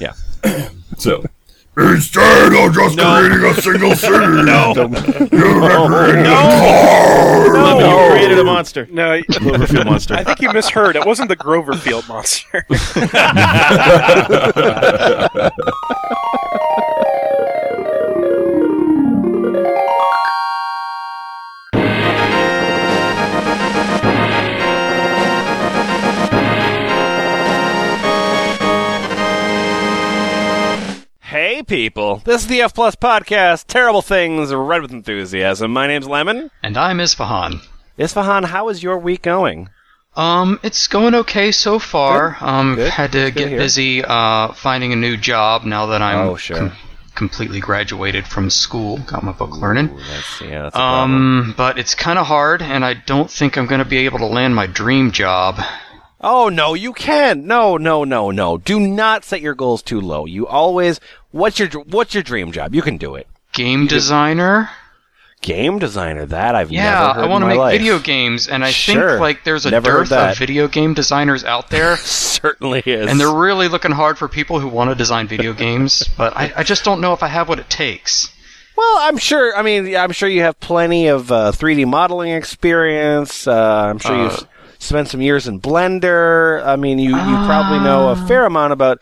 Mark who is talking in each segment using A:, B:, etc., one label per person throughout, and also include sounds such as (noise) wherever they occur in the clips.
A: Yeah.
B: So instead of just
A: No.
B: creating a
A: (laughs)
B: single city,
A: No.
B: you have created a town.
A: No, you created a monster.
C: No, I-
A: Cloverfield monster.
C: I think you misheard. It wasn't the Groverfield monster.
A: Hey, people. This is the F Plus Podcast. Terrible things, read with enthusiasm. My name's Lemon.
D: And I'm Isfahan.
A: Isfahan, how is your week going?
D: Um, it's going okay so far. Um,
A: Good.
D: had to
A: Good to
D: get
A: hear.
D: busy uh, finding a new job now that I'm
A: Oh, sure.
D: completely graduated from school. Got my book learning.
A: That's, yeah, that's a problem.
D: Um, but it's kind of hard, and I don't think I'm going to be able to land my dream job.
A: Oh no, you can't. No, no, no, no. Do not set your goals too low. You always what's your what's your dream job? You can do it.
D: Game designer?
A: Game designer. That I've
D: Yeah,
A: never heard
D: I want
A: in
D: to
A: my
D: make
A: life. (laughs)
D: video games, and I
A: Sure.
D: think like there's a
A: Never heard
D: dearth of
A: that.
D: video game designers out there.
A: Certainly is.
D: And they're really looking hard for people who want to design video games, but I, I just don't know if I have what it takes.
A: well, I'm sure. I mean, I'm sure you have plenty of uh, 3D modeling experience. Uh, I'm sure
D: Uh,
A: you've spent some years in Blender. I mean, you you probably know a fair amount about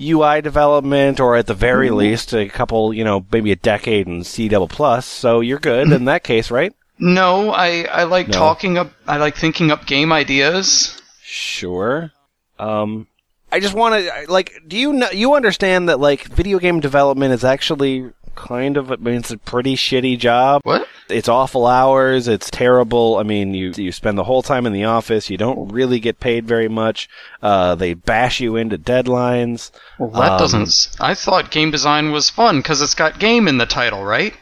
A: UI development, or at the very least, a couple, you know, maybe a decade in C double plus. So you're good in that case, right?
D: No, I, I like talking up. I like thinking up game ideas.
A: Sure. Um, I just want to like. Do you know? You understand that like video game development is actually kind of. I mean, it's a pretty shitty job.
D: What?
A: It's awful hours. It's terrible. I mean, you you spend the whole time in the office. You don't really get paid very much. Uh, they bash you into deadlines.
D: Well, that
A: Um,
D: doesn't. s- I thought game design was fun because it's got game in the title, right?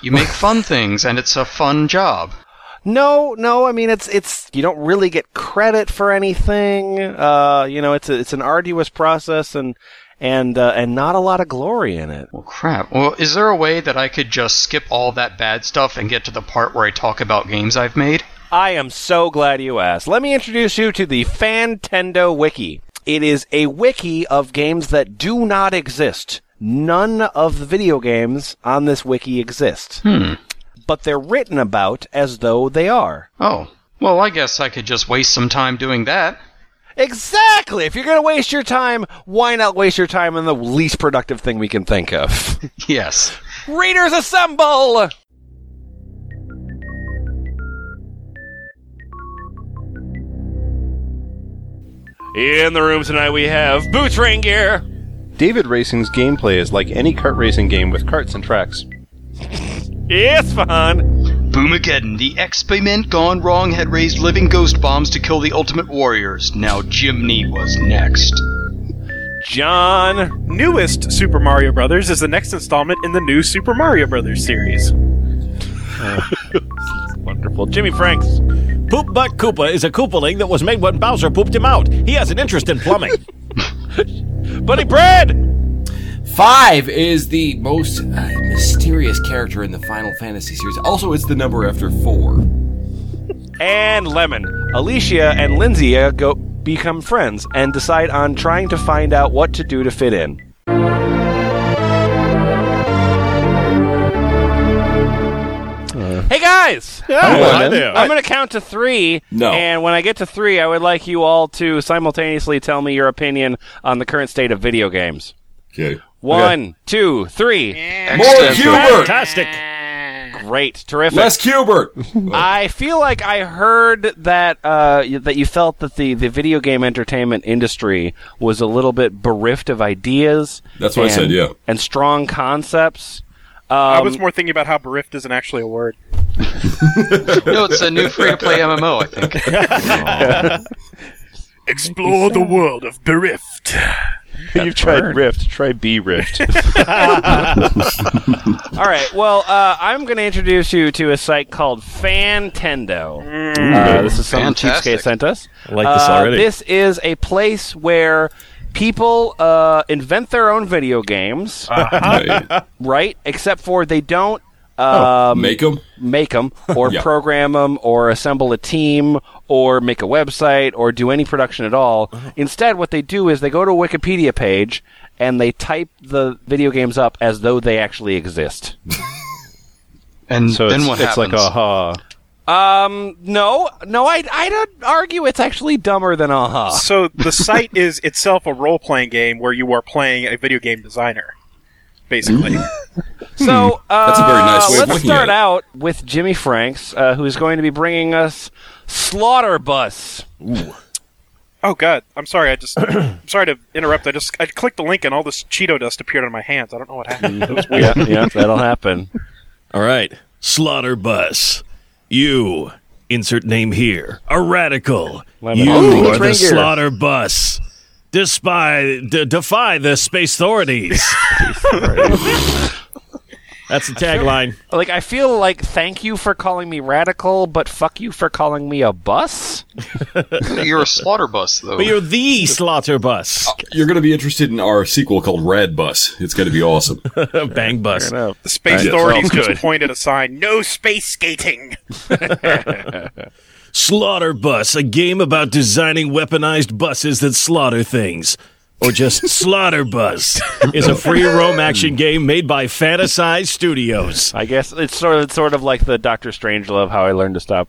D: You make fun things, and it's a fun job.
A: No, no. I mean, it's it's you don't really get credit for anything. Uh, you know, it's a, it's an arduous process and and uh, and not a lot of glory in it.
D: Well, crap. Well, is there a way that I could just skip all that bad stuff and get to the part where I talk about games I've made?
A: I am so glad you asked. Let me introduce you to the Fantendo Wiki. It is a wiki of games that do not exist. None of the video games on this wiki exist. But they're written about as though they are.
D: Oh, well, I guess I could just waste some time doing that.
A: Exactly! If you're gonna waste your time, why not waste your time on the least productive thing we can think of?
D: Yes.
A: Readers assemble!
C: In the room tonight, we have Boots Rain Gear.
E: David Racing's gameplay is like any kart racing game with carts and tracks.
C: It's fun.
D: Boomageddon, the experiment gone wrong had raised living ghost bombs to kill the ultimate warriors. Now Jimny was next.
A: (laughs) John.
C: Newest Super Mario Brothers is the next installment in the new Super Mario Brothers
A: (laughs)
C: series.
A: Wonderful. Jimmy Franks.
F: Poop Butt Koopa is a Koopaling that was made when Bowser pooped him out. He has an interest in
A: (laughs)
F: plumbing.
A: Buddy Bread!
G: Five is the most uh, mysterious character in the Final Fantasy series. Also, it's the number after four.
A: and Lemon. Alicia and Lindsay uh, go become friends and decide on trying to find out what to do to fit in. Hey guys!
B: Hi there.
A: I'm going to count to three.
G: No.
A: And when I get to three, I would like you all to simultaneously tell me your opinion on the current state of video games.
B: Okay.
A: One, two, three.
G: More Hubert,
F: Fantastic.
A: Great. Terrific.
G: less Hubert.
A: I feel like I heard that uh, y- that you felt that the, the video game entertainment industry was a little bit bereft of ideas.
B: That's what I
A: and-
B: said, yeah.
A: and strong concepts. Um,
C: I was more thinking about how bereft isn't actually a word.
D: (laughs) No, it's a new free to
H: (laughs)
D: play MMO, I think.
C: Explore the world of bereft.
E: (laughs) You've tried Rift, try B
A: (laughs)
E: Rift.
A: (laughs) All right. Well, uh, I'm going to introduce you to a site called Fantendo.
C: Mm.
A: Uh, this is something
D: Fantastic.
A: Cheapskate sent us. I
F: like this already.
A: This is a place where people uh, invent their own video games,
F: Uh-huh.
B: Hi.
A: (laughs) right? Except for they don't. Um,
G: Make him.
A: make them or
G: Yeah.
A: program 'em program them or assemble a team or make a Uh-huh. website or do any production at all. Instead, what they do is they go to a Wikipedia page and they type the video games up as though they actually exist.
D: And
E: So
D: then
E: it's,
D: what
E: it's
D: happens?
E: like aha.
A: Um, no, no, I, I'd argue it's actually dumber than aha.
C: So the site is itself a role playing game where you are playing a video game designer, basically.
A: (laughs) So uh,
I: That's a very nice way of
A: let's
I: looking
A: start
I: at it.
A: out with Jimmy Franks, uh, who's going to be bringing us Slaughter Bus.
C: oh god, I'm sorry. I just I'm sorry to interrupt. I just I clicked the link and all this Cheeto dust appeared on my hands. I don't know what happened. It was weird.
A: yeah, yeah, that'll happen.
H: All right.
F: Slaughter bus. You insert name here. A radical.
A: Lemon.
F: You
A: Oh,
F: are the
A: Traeger.
F: slaughter bus. Despy, d- defy the space authorities.
H: That's the tagline.
A: Like I feel like thank you for calling me radical, but fuck you for calling me a bus.
D: You're a slaughter bus, though.
H: But you're the slaughter bus.
J: You're going to be interested in our sequel called Rad Bus. It's going to be awesome.
H: Bang bus.
A: Mm-hmm.
C: The space authorities just pointed a sign: "No space skating."
F: slaughter bus, a game about designing weaponized buses that slaughter things. Or just Slaughter Bus
H: Is a free roam action game made by Fantasize Studios.
A: I guess it's sort of it's sort of like the Doctor Strange love how I learned to stop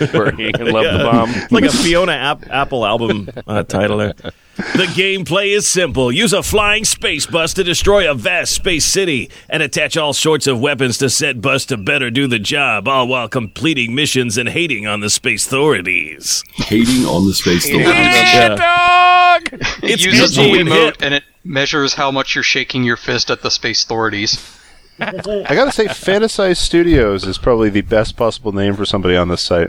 A: (laughs) worrying and love
E: (laughs)
A: the bomb.
F: (laughs)
H: Like a Fiona App- Apple album uh, title. there.
F: The gameplay is simple. Use a flying space bus to destroy a vast space city and attach all sorts of weapons to said bus to better do the job, all while completing missions and hating on the space authorities.
J: Hating on the space
D: Yeah.
J: authorities.
A: dog.
D: it
H: It's
D: uses the
H: edgy and
D: Wiimote
H: hip.
D: and it measures how much you're shaking your fist at the space authorities.
E: I gotta say, Fantasize Studios is probably the best possible name for somebody on this site.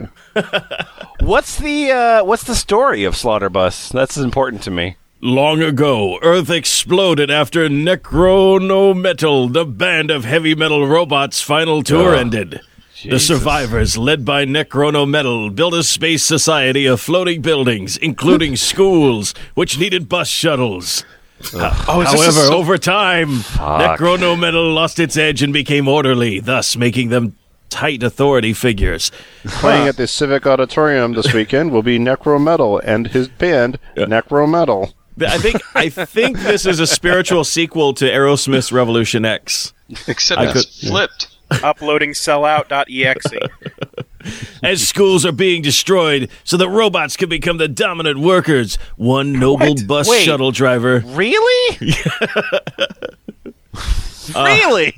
A: What's the uh, what's the story of Slaughter Bus? That's important to me.
F: Long ago, Earth exploded after Necronometal, the band of heavy metal robots' final tour ended. The survivors, led by Necronometal, built a space society of floating buildings, including schools, which needed bus shuttles. However, over time, Necronometal lost its edge and became orderly, thus making them tight authority figures.
E: Playing at the Civic Auditorium this weekend will be Necrometal and his band, Necrometal.
H: I think I think this is a spiritual sequel to Aerosmith's Revolution X.
D: Except it's flipped.
C: Uploading sellout.exe.
F: As schools are being destroyed so that robots can become the dominant workers, one noble bus
A: Wait.
F: shuttle driver.
A: Really? really?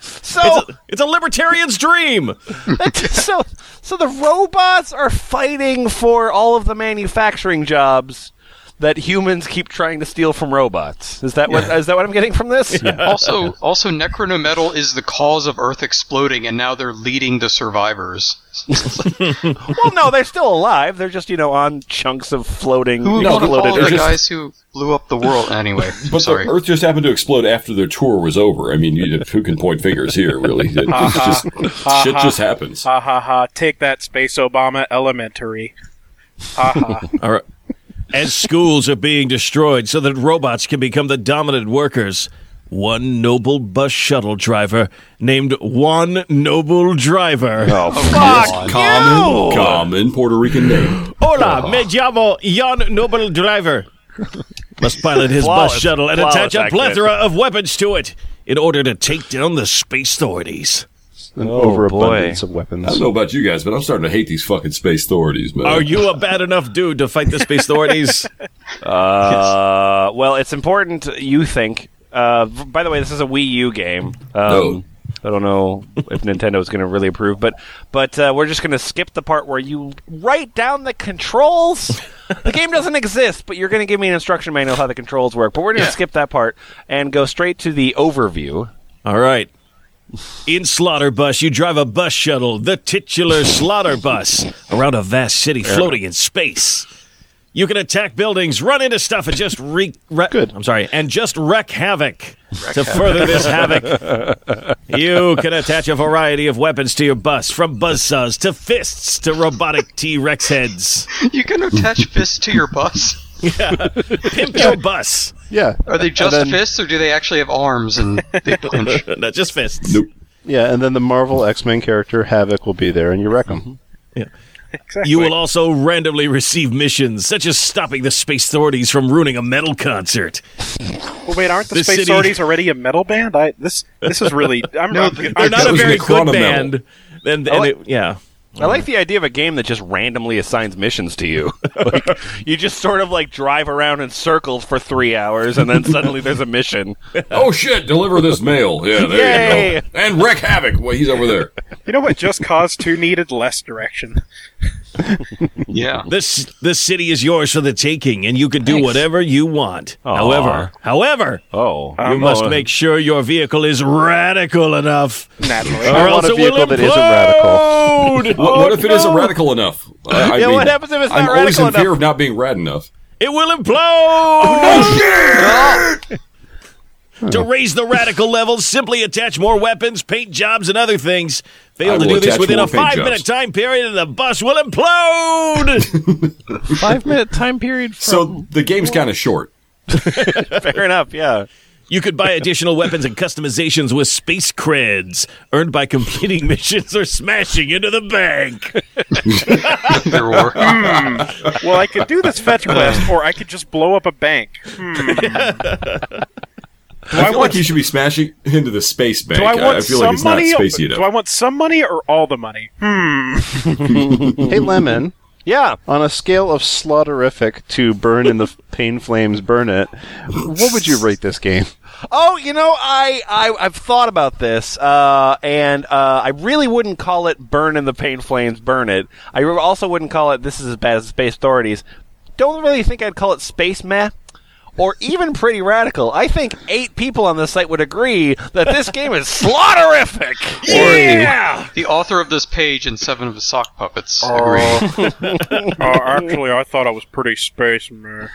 A: so
H: It's a libertarian's dream.
A: (laughs) so so the robots are fighting for all of the manufacturing jobs that humans keep trying to steal from robots. Is that what is that what I'm getting from this?
E: (laughs)
D: Also, also Necronometal is the cause of Earth exploding, and now they're leading the survivors.
A: Well, no, they're still alive. They're just you know on chunks of
E: (laughs)
A: floating.
D: Who would want to follow
A: floated
D: the
A: Earth.
D: guys who blew up the world anyway?
J: But
D: Sorry.
J: the Earth just happened to explode after their tour was over. I mean, you, who can point fingers here, really? It- it's just, shit just happens.
C: Ha ha ha! Take that, space Obama elementary. Ha ha!
F: All right. As schools are being destroyed so that robots can become the dominant workers, one noble bus shuttle driver named One Noble Driver.
A: Oh.
J: Fuck common, common Puerto Rican name.
A: Oh.
F: Hola, me llamo Jan Noble Driver. Must pilot his
A: Flawless-
F: bus shuttle and
A: flawless
F: attach a
A: accent.
F: plethora of weapons to it in order to take down the space authorities.
E: An
A: Oh,
E: overabundance
A: boy.
E: of
J: I don't
E: weapons.
J: know about you guys, but I'm starting to hate these fucking space authorities, man.
F: Are you a bad enough dude to fight the space (laughs) authorities?
A: Uh, well, it's important. You think? Uh, v- by the way, this is a Wii U game. Um,
J: No.
A: I don't know if Nintendo is going to really approve, but but uh, we're just going to skip the part where you write down the controls. the game doesn't exist, but you're going to give me an instruction manual of how the controls work. But we're going to
D: Yeah.
A: skip that part and go straight to the overview.
F: All right. In Slaughter Bus, you drive a bus shuttle, the titular Slaughter Bus, around a vast city floating in space. You can attack buildings, run into stuff, and just wreak. Re- Good. I'm sorry, and just wreck havoc. to further (laughs) this havoc, you can attach a variety of weapons to your bus, from buzzsaws to fists to robotic T Rex heads.
D: you
E: (laughs)
D: can attach fists to your bus.
F: Pimp your bus. (laughs)
E: Yeah.
D: Are they just
E: and then,
D: fists, or do they actually have arms and
E: (laughs)
D: they clench?
F: No, just fists.
J: Nope.
A: Mm-hmm.
E: Yeah, and then the Marvel X Men character Havoc will be there, and you wreck him.
C: Exactly.
B: You will also randomly receive missions, such as stopping the space authorities from ruining a metal concert.
C: Well, Oh, wait, aren't the,
B: The
C: Space
B: city-
C: Sorties already a metal band? I this this is really. I'm
D: No,
C: I'm-
D: they're
C: I'm-
B: They're not
J: that
B: a
J: was
B: very
J: Necronomicon.
B: good band. And,
E: Oh,
B: and it, yeah.
A: I like the idea of a game that just randomly assigns missions to you. (laughs) like, you just sort of like drive around in circles for three hours, and then suddenly there's a (laughs) mission.
J: Oh shit! Deliver this mail. Yeah, there you
A: Yay.
J: go. And wreck havoc. Well, he's over there.
C: you know what? Just Cause Two needed less direction.
D: Yeah.
B: This this city is yours for the taking, and you can do whatever you want. However, however,
A: Oh,
B: you must make sure your vehicle is radical enough,
C: Naturally,
F: Oh,
B: or else
E: want a
B: it will
E: vehicle that isn't radical. (laughs)
B: implode.
J: What, what if it isn't
B: no.
J: radical enough? I, I
A: Yeah,
J: mean,
A: what happens if it's not
J: I'm always in
A: radical
J: fear of not being rad enough.
B: It will implode.
J: Oh,
B: (laughs) To raise the radical level, simply attach more weapons, paint jobs, and other things.
J: I
B: Fail to
J: will
B: do this
J: attach
B: within
J: more
B: a
J: paint
B: five minute
J: jobs.
B: time period, and the bus will implode. (laughs)
A: five minute time period. For-
J: So the game's kind of short.
A: fair enough. Yeah.
B: you could buy additional weapons and customizations with space creds earned by completing (laughs) missions or smashing into the bank.
D: There were.
E: (laughs)
C: well, I could do this fetch quest, or I could just blow up a bank. Hmm. Do I
J: I feel like
C: want,
J: you should be smashing into the space bank.
C: do I want
J: feel
C: some
J: like it's not
C: money?
J: spacey enough.
C: do I want some money or all the money? Hmm.
E: Hey, Lemon,
A: Yeah.
E: on a scale of slaughterific to burn in the f- pain flames, burn it, what would you rate this
A: (laughs)
E: game?
A: Oh, you know, I, I I've thought about this, uh, and uh, I really wouldn't call it "Burn in the Pain Flames, Burn It." I also wouldn't call it "This is as bad as Space Authorities." Don't really think I'd call it "Space Meh." Or even pretty radical. I think eight people on this site would agree that this game is (laughs) slaughterific.
C: Yeah.
D: The author of this page and seven of his sock puppets
J: Oh.
D: agree.
C: Uh, actually, I thought I was pretty space. meh.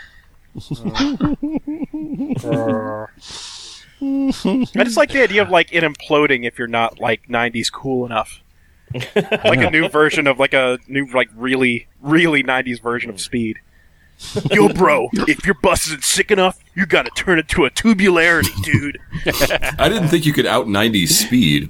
C: Uh, I just like the idea of like it imploding if you're not like '90s cool enough. like a new version of like a new like really really '90s version of Speed. Yo, bro, if your bus isn't sick enough, you gotta turn it to a tubularity, dude.
J: I didn't think you could out 90 speed,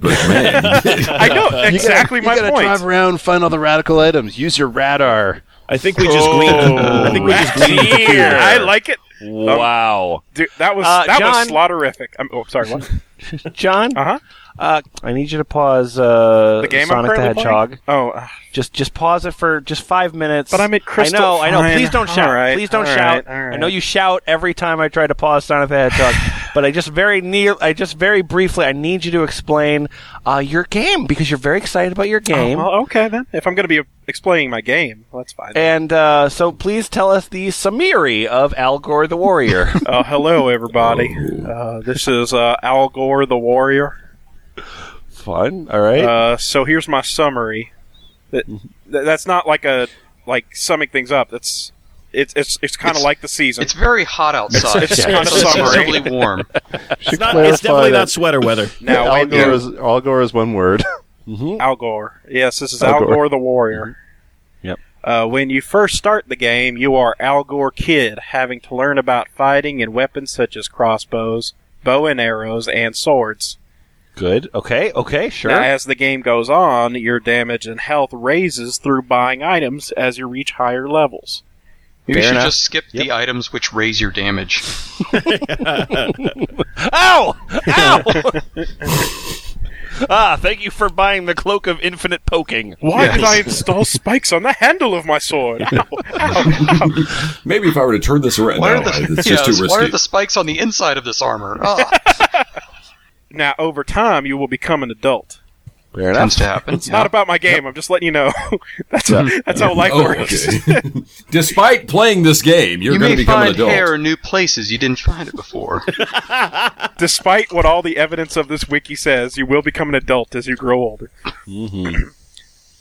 C: (laughs)
J: but man,
C: I know exactly
E: you
C: my
E: gotta
C: point.
E: drive around, find all the radical items, use your radar.
B: I think we just gleaned.
E: Oh,
B: I think we just gleaned the cure.
C: yeah, I like it.
A: Um, Wow,
C: Dude, that was
A: Uh,
C: that
A: John-
C: was slaughterific. I'm, oh, sorry.
E: (laughs)
C: What?
A: John.
C: Uh huh.
A: Uh, I need you to pause uh,
C: The game
A: Sonic
C: I'm
A: the
C: currently
A: Hedgehog.
C: playing? Oh, uh,
A: Just just pause it for just five minutes.
C: But I'm at
A: I
C: crystal
A: know, I know.
C: fine.
A: Please don't
C: All
A: shout.
C: right,
A: Please don't
C: all
A: shout.
C: right, all right.
A: I know you shout every time I try to pause Sonic the Hedgehog,
C: (laughs)
A: but I just very near, I just very briefly, I need you to explain uh, your game because you're very excited about
C: Uh-huh.
A: your game.
C: well, okay then. If I'm going to be explaining my game, well, that's fine.
A: And uh, so, please tell us the summary of Al Gore the
C: (laughs)
A: Warrior.
C: Uh, hello, everybody. Uh, this is uh, Al Gore the Warrior.
A: Fun. All right.
C: Uh, so here's my summary. That, th- that's not like a like summing things up. That's it's it's it's kind of
D: It's-
C: like the season.
D: It's very hot outside.
C: It's- it's kind of summery.
D: seasonably
J: (laughs)
D: warm.
B: It's, not, it's definitely not sweat
F: (laughs)
B: weather.
C: now
E: Al
C: wait,
E: Gore, is, Al Gore is one word. (laughs)
C: Al Gore. Yes, this is
E: Al
C: Al
E: Gore.
C: Gore, the Warrior.
A: Yep.
C: Uh, when you first start the game, you are Al Gore Kid, having to learn about fighting and weapons such as crossbows, bow and arrows, and swords.
A: Good. Okay. Okay. Sure.
C: Now, as the game goes on, your damage and health raises through buying items as you reach higher levels.
D: You
A: Fair
D: should
A: enough.
D: just skip the items which raise your damage.
A: Ow! Ow! ah, thank you for buying the cloak of infinite poking.
C: Why did I install spikes on the handle of my sword? Ow, ow, ow.
J: maybe if I were to turn this around,
D: Why
J: no,
D: are (laughs) the,
J: it's
D: yes,
J: just too
D: why are
J: risky.
D: the spikes on the inside of this
J: (laughs)
D: armor? Ah,
C: Now, over time, you will become an adult.
A: Fair
D: tends to happen.
C: It's not about my game. I'm just letting you know. (laughs) that's that's how life
J: Oh,
C: works. (laughs)
J: okay. Despite playing this game, you're
D: you
J: going
D: may
J: to become an
D: find
J: adult.
D: hair in new places you didn't
J: (laughs)
D: find it before.
C: Despite what all the evidence of this wiki says, you will become an adult as you grow older. (clears throat)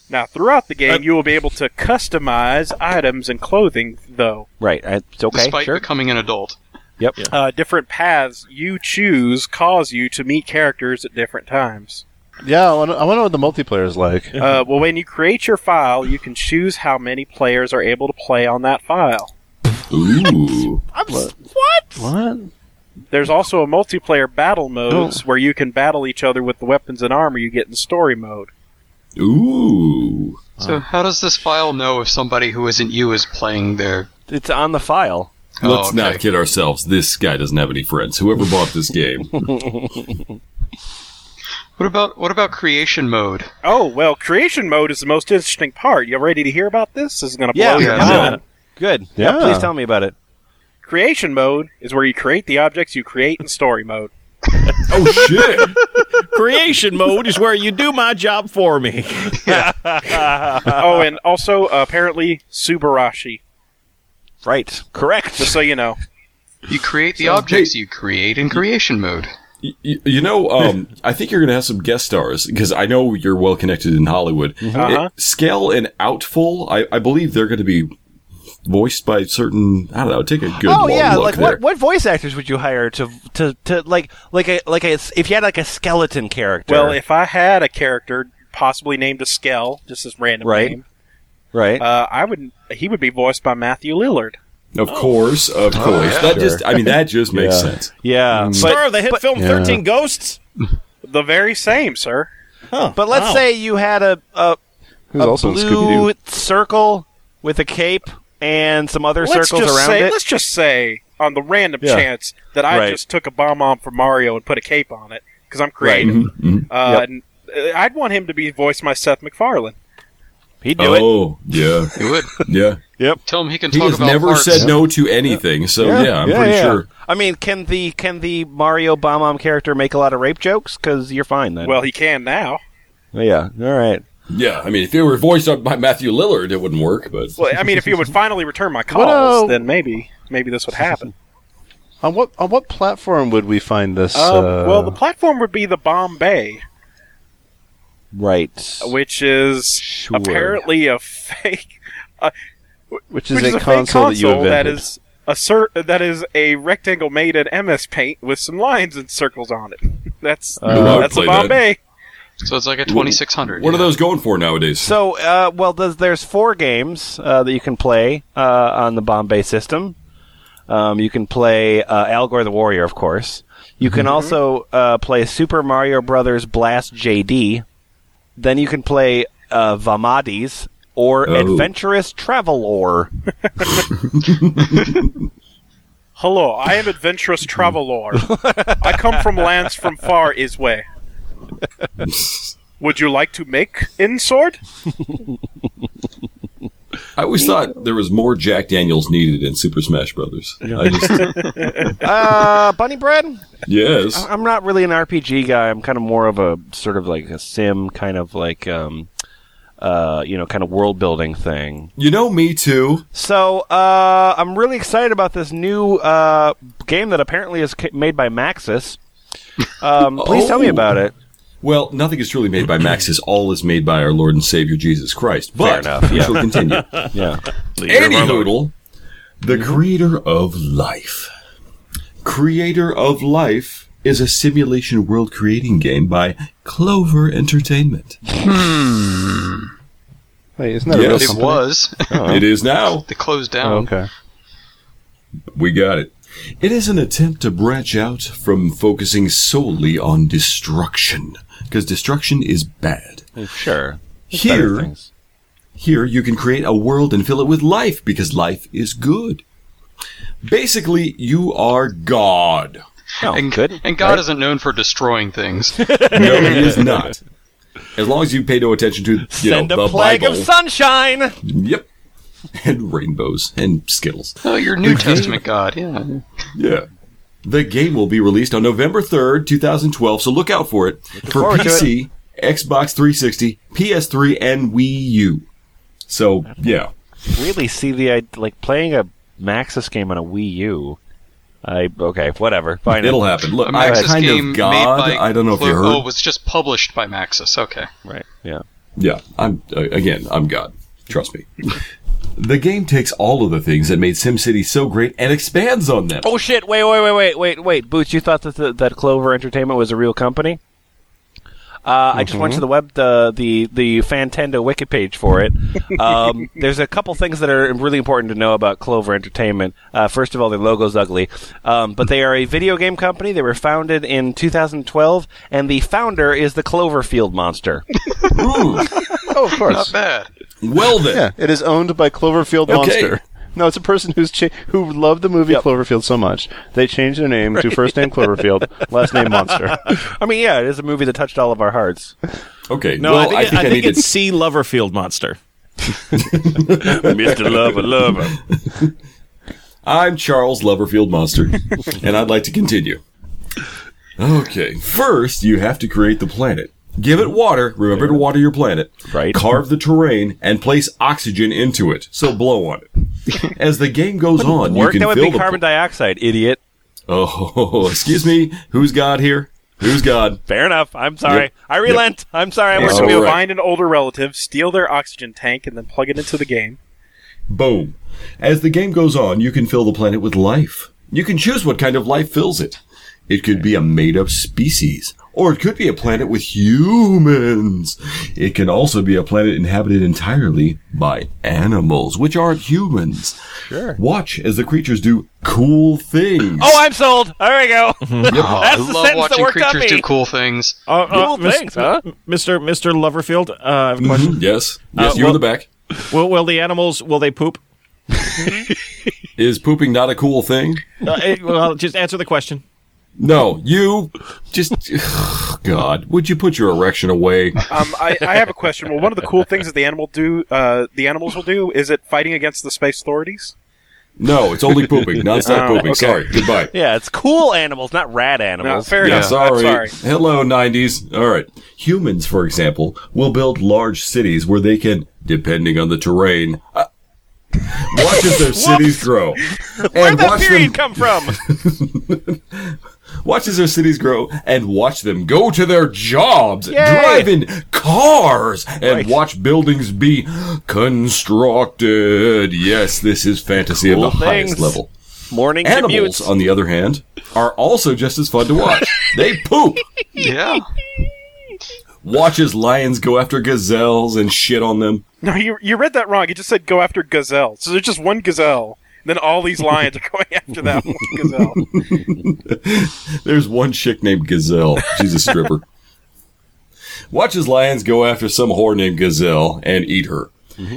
C: now, throughout the game, you will be able to customize items and clothing, though.
A: Right. I, it's okay.
D: Despite
A: sure.
D: becoming an adult.
A: Yep.
C: uh, different paths you choose cause you to meet characters at different times.
E: Yeah, I want to know what the multiplayer is like.
C: Uh, well, when you create your file, you can choose how many players are able to play on that file.
J: Ooh.
E: What?
C: There's also a multiplayer battle modes where you can battle each other with the weapons and armor you get in story mode.
J: Ooh.
D: So how does this file know if somebody who isn't you is playing their?
A: It's on the file.
D: Oh,
J: Let's not
D: okay.
J: kid ourselves. This guy doesn't have any friends. Whoever bought
C: (laughs)
J: this game.
D: What about what about creation mode?
C: Oh well, creation mode is the most interesting part. You ready to hear about this? This is going to
A: Yeah.
C: blow your
D: Yeah.
C: mind.
A: Good.
E: Yeah.
A: Yeah. Please tell me about it.
C: Creation mode is where you create the objects you create in
A: (laughs)
C: story mode.
J: oh shit!
F: Creation mode is where you do my job for me.
C: oh, and also uh, apparently Subarashi.
A: Right. Correct.
C: Just so you know,
D: You create the objects you create in creation mode.
J: Y- y- You know, um, I think you're going to have some guest stars because I know you're well connected in Hollywood.
D: Mm-hmm.
C: Uh-huh.
J: It- Scale and Outful, I, I believe they're going to be voiced by certain. I don't know. Take a
A: (laughs)
J: good
A: Oh
J: long
A: yeah,
J: look
A: like
J: there.
A: what, what voice actors would you hire to to, to like like a like a if you had like a skeleton character?
C: well, if I had a character possibly named a Skell, just as random
A: Right.
C: name,
A: right,
C: uh, I would he would be voiced by Matthew Lillard.
J: Of course, of
D: Oh,
J: course. that just. I mean, that just makes sense.
A: yeah.
F: Star of the hit film
E: yeah.
F: 13 Ghosts?
C: The very same, sir.
F: Huh.
A: But let's
C: Oh.
F: Wow.
A: say you had a a,
E: Who's
A: a
E: also in
A: blue
E: Scooby
A: circle with a cape and some other
C: Let's
A: circles
C: just
A: around
C: say,
A: it.
C: let's just say on the random chance that I
A: Right.
C: just took a bomb on from Mario and put a cape on it because I'm creative. Uh, and, uh, I'd want him to be voiced by Seth MacFarlane.
A: He'd do it.
J: Oh yeah,
D: You would
J: yeah.
D: tell him he can
J: He
D: (laughs) talk
J: has
D: about
J: never
D: parts.
J: said no to anything, so yeah, I'm pretty sure.
C: Oh.
A: I mean, can the can the Mario Bombom character make a lot of rape jokes? Because you're fine then.
C: Well, he can now.
A: yeah. All right.
J: Yeah, I mean, if they were voiced up by Matthew Lillard, it wouldn't work. But
C: Well, I mean, if he would finally return my calls,
E: Well-
C: then maybe maybe this would happen.
E: On what on what platform would we find this?
C: Um,
E: uh,
C: well, the platform would be the Bombay,
A: Right.
C: which is
A: Sure.
C: apparently a fake,
E: which is
C: which
E: a,
C: is
E: console,
C: a fake console
E: that you invented.
C: that is a cir- that is a rectangle made in MS Paint with some lines and circles on it. (laughs) That's
J: I would
C: that's a
J: play that.
C: Bombay.
D: So it's like a 2600.
J: what are
D: yeah.
J: those going for nowadays?
A: So, uh, well, there's, there's four games uh, that you can play uh, on the Bombay system. Um, you can play uh, Algor the Warrior, of course. You can also uh, play Super Mario Brothers Blast JD. Then you can play uh, Vamades or
J: Oh.
A: Adventurous Travelor.
C: Hello, I am adventurous traveler. I come from lands from far is way. Would you like to make in sword?
J: I always thought there was more Jack Daniels needed in Super Smash Brothers.
A: (laughs)
J: I just,
A: uh, (laughs) Bunny Bread?
J: yes.
A: I- I'm not really an RPG guy. I'm kind of more of a sort of like a sim, kind of like, um, uh, you know, kind of world building thing.
J: You know me too.
A: So uh, I'm really excited about this new uh, game that apparently is ca- made by Maxis.
J: (laughs)
A: Um, please tell me
J: Oh.
A: about it.
J: Well, nothing is truly made by Maxis. All is made by our Lord and Savior Jesus Christ. But
A: enough,
J: we shall continue.
A: Yeah.
J: Any Hoodle, the creator of life. Creator of Life is a simulation world creating game by Clover Entertainment.
E: Wait, isn't that a
J: Yes.
E: real
J: (laughs) It
D: It
E: company?
D: was. (laughs)
J: It is now.
D: they closed down.
E: Oh, okay.
J: We got it. It is an attempt to branch out from focusing solely on destruction, because destruction is bad.
A: Sure. Better
J: Here,
A: things.
J: here you can create a world and fill it with life because life is good. Basically, you are God.
A: No,
D: And,
A: good.
D: and God isn't known for destroying things. (laughs)
J: No, he
A: (laughs)
J: is not. As long as you pay no attention to you
A: Send
J: know,
A: a
J: the
A: plague
J: Bible.
A: of sunshine.
J: yep. (laughs) And rainbows and skittles.
D: oh, your New Testament God. Yeah.
J: Yeah. The game will be released on November 3rd, 2012, so look out for it for
A: forward to
J: PC, Xbox 360, PS3, and Wii U. So, yeah.
A: Really see the i- like playing a Maxis game on a Wii U. I okay, whatever. Fine.
J: It'll happen. Look,
D: A
J: I'm
D: Maxis
J: kind
D: game
J: of God.
D: made by
J: I don't know if you
D: Clo-
J: heard.
D: Oh, it was just published by Maxis. Okay.
A: right. Yeah.
J: Yeah, I'm uh, again, I'm God.
F: (laughs)
J: Trust me. the game takes all of the things that made SimCity so great and expands on them.
A: Oh shit! Wait, wait, wait, wait, wait, wait. Boots, you thought that the, that Clover Entertainment was a real company? Uh, I just went
J: Mm-hmm.
A: to the web the the the Fantendo wiki page for it.
J: (laughs)
A: Um, there's a couple things that are really important to know about Clover Entertainment. Uh, first of all, their logo's ugly, um, but they are a video game company. They were founded in 2012, and the founder is the Cloverfield monster.
J: Ooh.
E: Oh, of
D: Not
E: course.
D: bad.
J: Well then,
E: Yeah, it is owned by Cloverfield
J: Okay.
E: Monster. No, it's a person who's cha- who loved the movie Cloverfield so much they changed their name to first name Cloverfield, last name Monster.
A: I mean, yeah, it is a movie that touched all of our hearts.
J: okay.
F: No,
J: well,
F: I think, I think
J: needed-
F: it's C. Loverfield Monster.
B: Mr. Lover Lover.
J: I'm Charles Loverfield Monster,
A: (laughs)
J: and I'd like to continue. Okay, first you have to create the planet. Give it water. Remember to water your planet.
A: Right.
J: Carve the terrain and place oxygen into it. So blow on it.
A: (laughs)
J: As the game goes on, you
A: Work
J: can
A: that would
J: fill
A: be
J: the
A: carbon dioxide, idiot.
J: Oh, (laughs) excuse me. Who's God here? Who's God?
A: Fair enough. I'm sorry.
J: Yep.
A: I relent. I'm sorry. I
J: Yeah,
A: worked
J: so
A: too
J: we
A: hard.
J: Alright.
C: Find an older relative, steal their oxygen tank, and then plug it into the game.
J: Boom. As the game goes on, you can fill the planet with life. You can choose what kind of life fills it. It could be a made up species, or it could be a planet with humans. It can also be a planet inhabited entirely by animals, which aren't humans. Sure. Watch as the creatures do cool things.
A: Oh, I'm sold. There we go. That's
D: Oh, I
A: the
D: love
A: sentence that
D: watching
A: worked on
D: creatures
A: me.
D: do
A: (laughs)
D: cool things.
F: Uh, uh,
A: Cool
F: Mis-
A: things, huh?
F: Mr. Mr. Loverfield, uh, I have a question.
J: Mhm, yes. Yes, you're in the back.
F: will, will the animals will they poop?
J: Is pooping not a cool thing?
F: Uh, eh, well, just answer the question.
J: No, you just (sighs) God, would you put your erection away?
C: Um, I, I have a question. Well, one of the cool things that the animal do, uh, the animals will do, is it fighting against the space authorities?
J: No, it's only pooping, nonstop
C: Oh,
J: pooping.
C: okay.
J: Sorry, goodbye.
A: Yeah, it's cool animals, not rad
C: No,
A: animals.
C: fair
J: Yeah,
C: enough.
J: sorry.
C: I'm sorry.
J: Hello, 90s. All right. Humans, for example, will build large cities where they can, depending on the terrain, uh, watch as their cities grow.
A: Where'd
J: And
A: that
J: watch
A: period come
J: them,
A: from?
J: (laughs) watch as their cities grow and watch them go to their jobs, drive in cars, and watch buildings be constructed. Yes, this is fantasy of the
A: Cool
J: highest
A: things.
J: level.
A: Morning
J: Animals,
A: commutes.
J: on the other hand, are also just as fun to watch. they poop.
D: Yeah.
J: Watches lions go after gazelles and shit on them.
C: No, you you read that wrong. You just said go after gazelle. So there's just one gazelle, and then all these lions are (laughs) going after that one gazelle.
J: There's one chick named Gazelle. She's a (laughs) stripper. Watches lions go after some whore named Gazelle and eat her.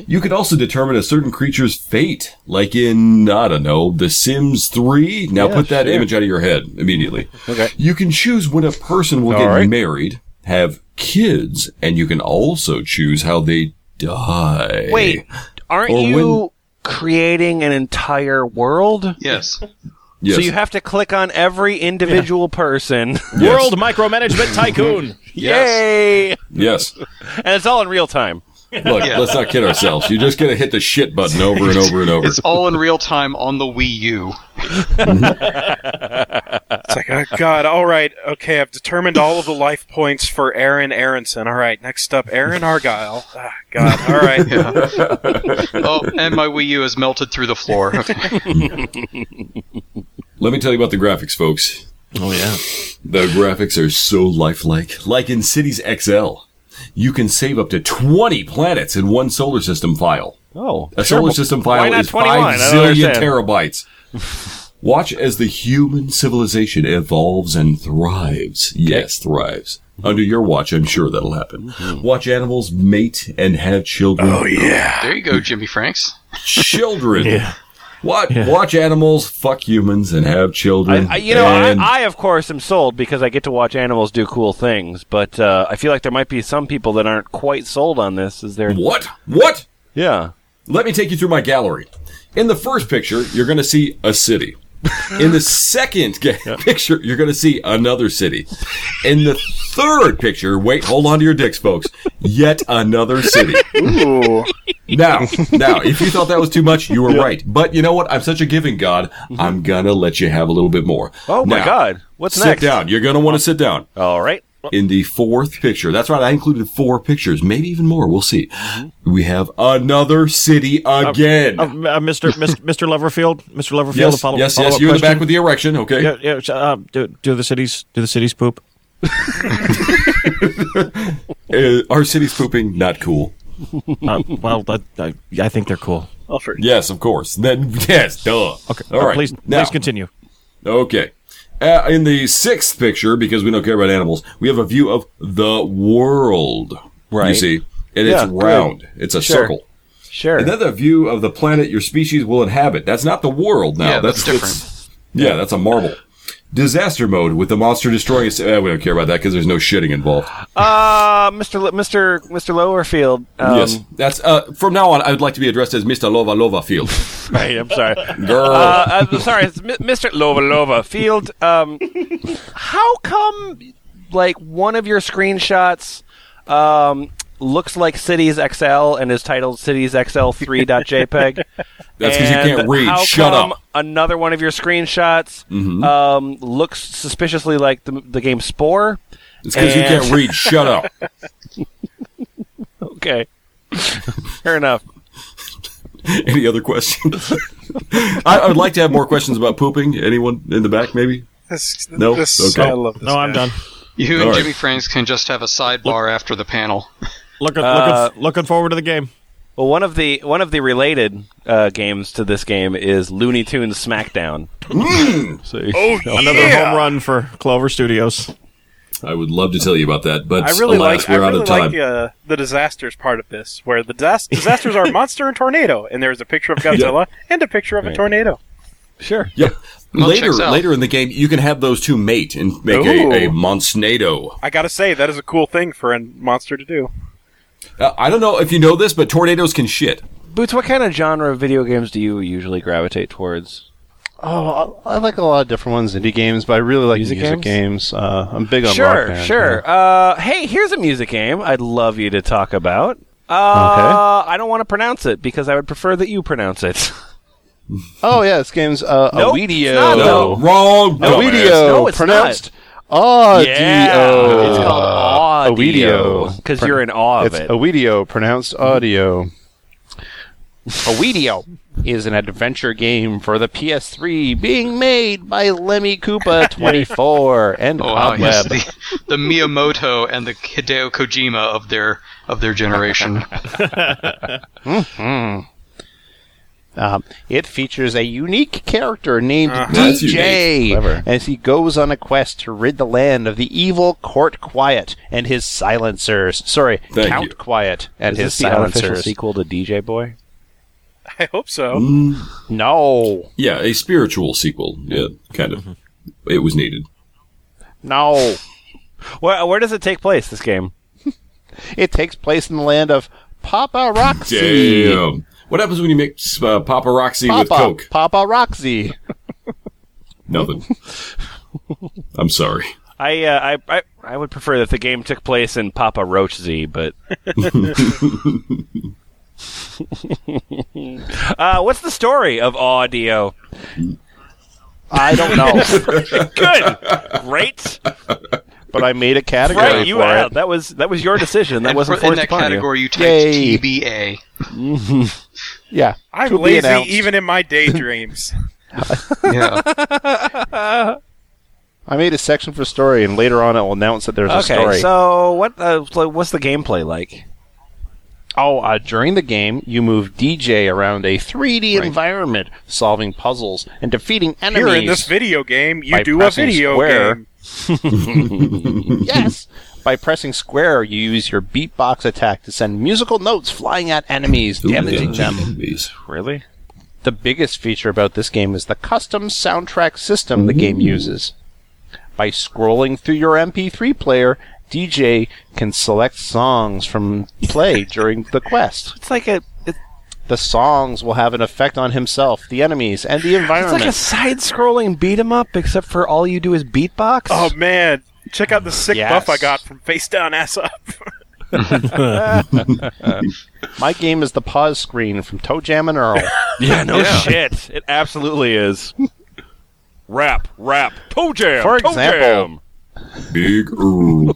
J: You can also determine a certain creature's fate, like in, I don't know, The Sims 3. Now put that image out of your head immediately. (laughs) Okay. You can choose when a person will get married, have kids, and you can also choose how they die.
A: Wait, aren't
J: Or
A: you
J: when-
A: creating an entire world?
J: (laughs)
D: Yes.
J: Yes.
A: So you have to click on every individual (laughs) person.
J: (laughs) Yes.
F: World micromanagement
J: (laughs)
F: tycoon.
D: Yes.
A: Yay! (laughs)
J: Yes.
A: And it's all in real time.
J: Look,
D: Yeah.
J: let's not kid ourselves. You're just going to hit the shit button over and over and over.
D: It's all in real time on the Wii U.
C: It's like, oh god, all right, okay, I've determined all of the life points for Aaron Aronson. All right, next up, Aaron Argyle. Ah, god, all
J: (laughs)
C: right.
D: Oh, and my Wii U is melted through the floor.
J: (laughs) Let me tell you about the graphics, folks.
F: Oh yeah.
J: The graphics are so lifelike. Like in Cities XL, you can save up to 20 planets in one solar system file.
A: Oh,
J: A solar system
A: Why
J: file
A: not
J: is
A: 21? I
J: 5
A: don't
J: zillion
A: understand.
J: terabytes.
A: (laughs)
J: Watch as the human civilization evolves and thrives. Yes, thrives. Under your watch, I'm sure that'll happen.
A: Mm-hmm.
J: Watch animals mate and have children. Oh,
D: there you go, Jimmy Franks.
A: (laughs)
J: Children! What? Watch animals fuck humans and have children.
A: I, you know, I,
J: and-
A: I of course am sold because I get to watch animals do cool things. But uh, I feel like there might be some people that aren't quite sold on this. Is there?
J: What? What?
A: Yeah.
J: Let me take you through my gallery. In the first picture, you're going to see a city. In the second
A: (laughs)
J: ga- picture, you're going to see another city. In the third picture, wait, hold on to your dicks, folks. Yet another city.
C: Ooh.
J: Now, now, if you thought that was too much, you were right. But you know what? I'm such a giving God. I'm going to let you have a little bit more.
A: Mm-hmm. Oh my
J: Now,
A: God! What's
J: Sit
A: next?
J: down. You're going to want to sit down
A: All right.
J: in the fourth picture. That's right. I included four pictures, maybe even more. We'll see.
F: Mm-hmm.
J: We have another city again.
F: Uh, m- uh, Mr. Mr. Mr. Loverfield, Mr. Loverfield, a
J: yes,
F: follow,
J: yes,
F: follow-up
J: yes. You're in the
F: question?
J: back with the erection. Okay.
F: Yeah, yeah. so, Uh, do, do the cities do the cities poop?
J: Uh, our city's pooping. Not cool.
F: Uh, well, that, I, I think they're cool.
C: Alfred.
J: Yes, of course. Then (laughs) yes, duh.
F: Okay,
J: All
F: uh,
J: right.
F: Please,
J: now,
F: please continue.
J: Okay. Uh, in the sixth picture, because we don't care about animals, we have a view of the world. Right. You see, and
A: Yeah,
J: it's
A: good.
J: round. It's a
A: Sure.
J: circle.
A: Sure.
J: And then the view of the planet your species will inhabit. That's not the world now.
D: Yeah, that's
J: That's, yeah, that's a marble. Disaster mode with the monster destroying. Its, eh, we don't care about that because there's no shitting involved.
A: uh, Mr. L- Mr. Mr. Lowerfield. Um,
J: yes, that's uh, from now on. I would like to be addressed as Mister Lova Lova Field.
A: Right, I'm sorry.
J: Girl,
A: Uh, I'm sorry, it's Mi- Mr. Lova Lova Field. Um, how come, like, one of your screenshots um, looks like Cities XL and is titled Cities XL3.jpg?
J: (laughs) that's because you
A: E And
J: can't read.
A: How
J: Shut
A: come
J: up. Mm-hmm.
A: Another one of your screenshots um, looks suspiciously like the, the game Spore.
J: It's because you
A: and-
J: can't read. Shut up.
A: Okay, (laughs) fair enough.
J: (laughs) Any other questions? (laughs) I, I would like to have more questions about pooping. Anyone in the back, maybe?
C: This,
J: No?
C: this-
J: Okay.
C: I love this
F: No, I'm
C: guy.
F: done.
D: You and
J: All right.
D: Jimmy Franks can just have a sidebar after the panel.
F: Looking,
A: Uh,
F: looking, looking forward to the game.
A: Well, one of the one of the related uh, games to this game is Looney Tunes SmackDown.
C: Oh,
F: Another
C: yeah!
F: home run for Clover Studios.
J: I would love to tell you about that, but
C: I really
J: alas,
C: like. I
J: we're out
C: really
J: of time.
C: like uh, the disasters part of this, where the dis- disasters are monster and tornado, and there's a picture of
J: (laughs)
C: Godzilla and a picture of a tornado.
A: Sure.
J: Yep.
D: Well,
J: later,
D: checks out.
J: later in the game, you can have those two mate and make a, a
C: Ooh.
J: Monsnado.
C: I gotta say that is a cool thing for a monster to do.
J: Uh, I don't know if you know this, but tornadoes can shit.
A: Boots, what kind of genre of video games do you usually gravitate towards?
E: Oh, I I like a lot of different ones, indie games, but I really like music, games. Uh, I'm big on
A: sure,
E: rock band.
A: sure. Uh, hey, here's a music game I'd love you to talk about. Uh, I don't want to pronounce it because I would prefer that you pronounce (laughs) it.
E: Oh yeah, this game's uh,
A: Nope,
E: Oidio.
A: it's not,
J: No,
A: No.
J: wrong. dumbass.
E: Oidio,
A: No, it's
E: pronounced Audio.
A: It's called audio
E: Oidio.
A: because you're in awe of
E: it's
A: it.
E: Oidio, pronounced audio. (laughs) Oidio is an adventure game for the PS3 being made by Lemmy
A: (laughs)
E: Koopa 24 and
D: Oh, wow, he's
E: Cobweb.
D: the, the Miyamoto and the Hideo Kojima of their of their generation.
E: Um, it features a unique character named
A: Uh-huh.
J: That's
E: DJ
J: unique. Clever.
E: as he goes on a quest to rid the land of the evil Court Quiet and his silencers. Sorry,
J: Thank
E: Count
J: you.
E: Quiet and
A: Is
E: his
A: this the unofficial
E: silencers.
A: sequel to DJ Boy?
C: I hope so.
J: Mm.
E: No,
J: Yeah, a spiritual sequel. Yeah, kind of. It was needed.
E: no.
A: Where, where does it take place? This game?
E: It takes place in the land of Papa Roxy.
J: Damn. What happens when you mix uh, Papa Roxy with
E: Papa,
J: Coke?
E: Papa Roxy.
J: Nothing. I'm sorry.
A: I, uh, I I I would prefer that the game took place in Papa Roach Z, but. uh, what's the story of Audio?
E: I don't know,
A: (laughs) Good, great,
E: but I made a category
A: right? You
E: for
A: uh,
E: it.
A: that was that was your decision. That
D: and
A: wasn't
D: for, in
A: forced
D: that
A: upon
D: category, you, typed
E: Yay.
D: TBA.
E: Yeah,
C: I'm
E: to be
C: lazy
E: announced.
C: even in my daydreams.
D: Yeah.
E: I made a section for story, and later on, it will announce that there's
A: you.
E: a
A: Okay,
E: story.
A: so what uh, so what's the gameplay like?
E: Oh, uh, during the game, you move DJ around a 3D environment, solving puzzles and defeating enemies.
C: Here in this video game, you
E: By
C: do a
E: pressing
C: video
E: square.
C: game.
E: yes. By pressing square, you use your beatbox attack to send musical notes flying at enemies, damaging them.
J: Enemies.
A: Really?
E: The biggest feature about this game is the custom soundtrack system the game uses. By scrolling through your MP3 player, DJ can select songs from
A: (laughs)
E: play during the quest.
A: It's like a it's
E: The songs will have an effect on himself, the enemies, and the environment.
A: like a side-scrolling beat 'em up, except for all you do is beatbox.
C: Oh man, check out the sick
E: Yes.
C: buff I got from Face Down Ass Up.
E: My game is the pause screen from Toe Jam and
A: (laughs)
E: Earl.
A: yeah, no Oh, shit. It absolutely is. rap, rap, toe jam,
E: For
A: toe
E: example-
A: jam.
J: Big Earl.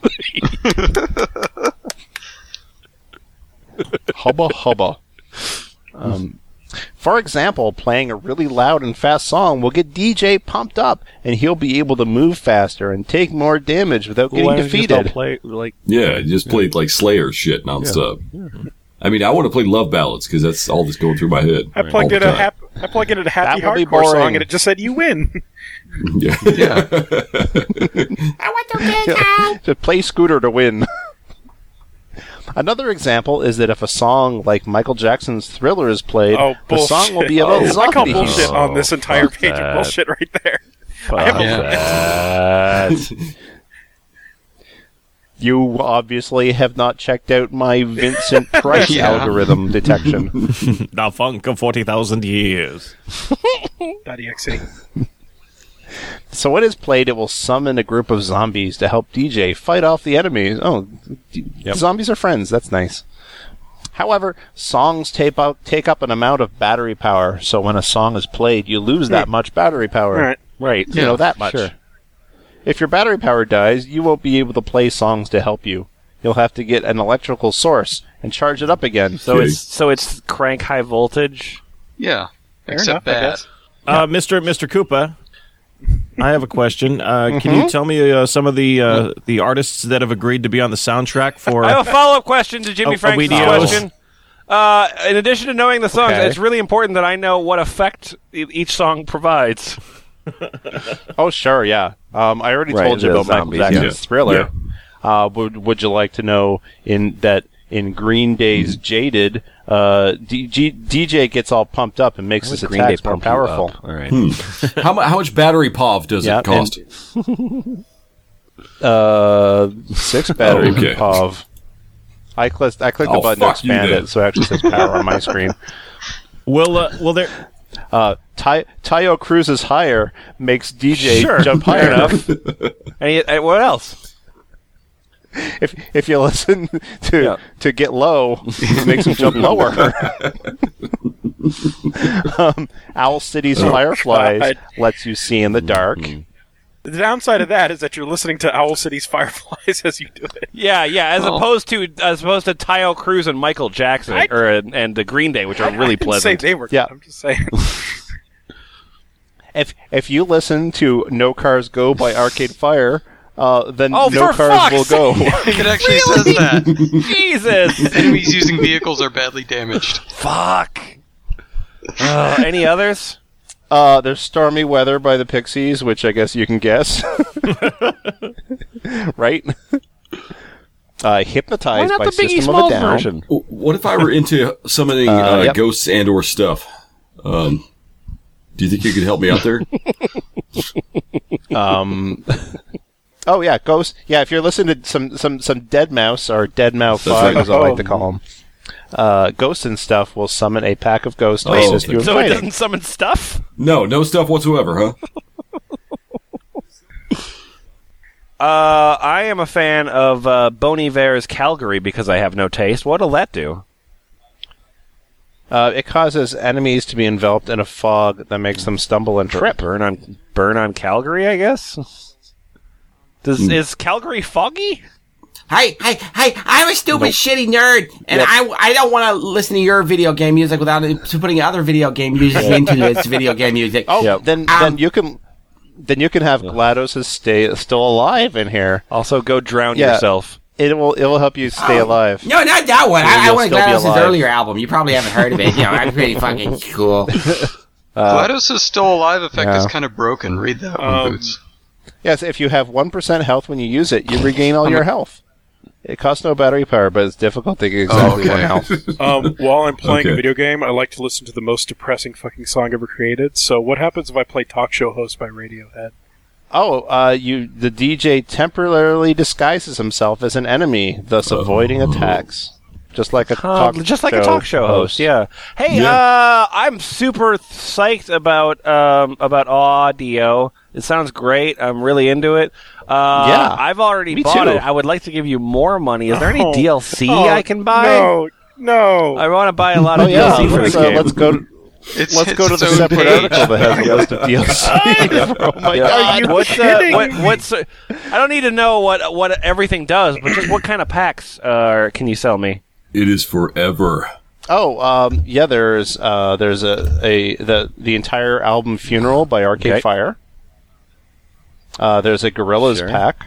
E: hubba hubba. Um, for example, playing a really loud and fast song will get DJ pumped up, and he'll be able to move faster and take more damage without getting defeated.
A: play like
J: Yeah, you just played like Slayer shit nonstop. I mean, I want to play love ballads because that's all that's going through my head.
C: I plugged
J: all
C: in
J: the
C: a
J: time.
C: hap- I plugged in a happy
E: That would be
C: hardcore song,
E: boring.
C: and it just said you win.
J: Yeah.
E: to play Scooter to win. (laughs) Another example is that if a song like Michael Jackson's Thriller is played,
C: (laughs) Oh,
E: the
C: bullshit.
E: song will be about
C: (laughs) I call
E: zombies.
C: bullshit on this entire
F: fuck
C: page
F: that.
C: of bullshit right there. (laughs) I
F: Fuck
C: have a-
F: that.
E: You obviously have not checked out my Vincent Price
D: Yeah.
E: algorithm detection.
F: the funk of 40,000 years.
C: .exe.
E: So when it's played, it will summon a group of zombies to help DJ fight off the enemies. Oh, d- zombies are friends. That's nice. However, songs take up, take up an amount of battery power, so when a song is played, you lose that much battery power.
C: All right.
A: Right.
E: You know, that much. If your battery power dies, you won't be able to play songs to help you. You'll have to get an electrical source and charge it up again.
A: So it's so it's crank high voltage.
D: Yeah.
C: enough,
D: Except
C: I
D: that.
C: guess.
F: Uh, Mr. Mr. Koopa, I have a question. Uh, Can you tell me uh, some of the uh, the artists that have agreed to be on the soundtrack for?
A: I have a follow up question to Jimmy
F: Oh,
A: Frank's
F: Ovidio.
A: question. Uh, in addition to knowing the songs,
E: Okay.
A: it's really important that I know what effect e- each song provides.
E: Oh, sure, yeah. Um, I already
A: Right,
E: told you
A: the
E: about
A: zombies,
E: Michael
J: yeah.
E: Jackson's Thriller. Uh, would Would you like to know in that in Green Day's Jaded, uh, DG, DJ gets all pumped up and makes his attacks more powerful.
A: All right.
G: How, mu- how much battery pov does
E: Yeah,
G: it cost?
E: Uh, six battery
J: (laughs) Oh, okay.
E: pov. I clicked. I clicked
J: Oh,
E: the button to
J: fuck you
E: expand
J: then.
E: it, so it actually says power
J: (laughs)
E: on my screen.
F: Will uh, will there?
E: Uh, Ty- Tayo Cruz's higher makes DJ
A: Sure,
E: jump high
A: fair
E: enough.
A: And, he- and eh, what else?
E: If if you listen (laughs) to
A: Yeah.
E: to get low, it makes him jump
J: (laughs)
E: lower. um, Owl City's
J: Oh,
E: Fireflies
C: God.
E: lets you see in the dark.
J: Mm-hmm.
C: The downside of that is that you're listening to Owl City's (laughs) Fireflies as you do it.
A: Yeah, yeah. As opposed to as opposed to Tyo Cruz and Michael Jackson,
C: I-
A: or and, and the Green Day, which are really
C: I didn't say
A: pleasant.
C: they were.
E: Yeah.
C: I'm just saying. (laughs)
E: If if you listen to No Cars Go by Arcade Fire, uh, then
A: Oh,
E: No
A: for
E: Cars
A: fuck's
E: will go.
D: (laughs) It actually says that.
A: Jesus,
D: Enemies using vehicles are badly damaged.
A: fuck. (laughs) Uh, any others?
E: Uh, there's Stormy Weather by the Pixies, which I guess you can guess. (laughs) right? Uh, hypnotized by System of a Down.
J: W- What if I were into summoning uh,
E: yep.
J: ghosts and or stuff? Um, do you think you could help me out there?
E: Oh yeah, Ghost. Yeah, if you're listening to some some some Dead Mouse or Dead Mouse
J: That's
E: Five,
J: right.
E: as I like to call them, uh, Ghosts and stuff will summon a pack of ghosts to
J: Wait,
E: assist you in
A: So it
E: fighting.
A: doesn't summon stuff.
J: no, no stuff whatsoever, huh?
A: Uh, I am a fan of uh, Bon Iver's Calgary because I have no taste. What'll that do?
E: Uh, it causes enemies to be enveloped in a fog that makes them stumble and trip.
A: Burn on burn on Calgary, I guess. Does
E: Hmm.
A: is Calgary foggy?
I: Hey, hey, hey, I'm a stupid, shitty nerd, and I, I don't want to listen to your video game music without putting other video game music into this video game music.
E: Oh,
A: Yep.
E: then
I: Um,
E: then you can then you can have GLaDOS is stay still alive in here.
A: Also, go drown
E: Yeah.
A: yourself.
E: It will it will help you stay
I: Oh.
E: alive.
I: No, not that one. I, I
E: you'll
I: want
E: still be
I: GLaDOS's
E: alive.
I: earlier album. You probably haven't heard of it. You know, I'm
E: (laughs)
I: pretty fucking cool.
D: GLaDOS is still alive effect is kind of broken. Read that one,
C: Um,
D: Boots.
E: Yes, if you have one percent health when you use it, you regain all your health. It costs no battery power, but it's difficult to get
A: Oh,
E: exactly
D: okay.
E: one health.
A: (laughs)
C: Um, while I'm playing a
J: Okay.
C: video game, I like to listen to the most depressing fucking song ever created. So, what happens if I play Talk Show Host by Radiohead?
E: Oh, uh, you the DJ temporarily disguises himself as an enemy, thus avoiding attacks. Just like a
A: Uh,
E: talk
A: just like a talk show host, yeah. Hey,
J: Yeah.
A: uh, I'm super psyched about um, about audio. It sounds great. I'm really into it. Uh,
E: Yeah.
A: I've already
E: Me
A: bought
E: too.
A: it. I would like to give you more money. Is there any
C: No.
A: DLC
C: Oh,
A: I can buy?
C: No, no.
A: I want to buy a lot
E: Oh
A: of
E: yeah,
A: DLC for
E: let's,
A: this
E: uh,
A: game.
E: let's go. To,
D: It's,
E: let's go to
D: its
E: the
D: own
E: separate
D: page.
E: article that has
A: (laughs)
E: a list (laughs) of DLC. oh my god!
C: you
A: what's uh,
C: kidding
A: what, what's uh, I don't need to know what what everything does, but just what kind of packs uh, can you sell me?
J: It is forever.
E: Oh, um, yeah. There's uh, there's a, a the the entire album "Funeral" by Arcade
A: Okay.
E: Fire. Uh, there's a Gorillas pack.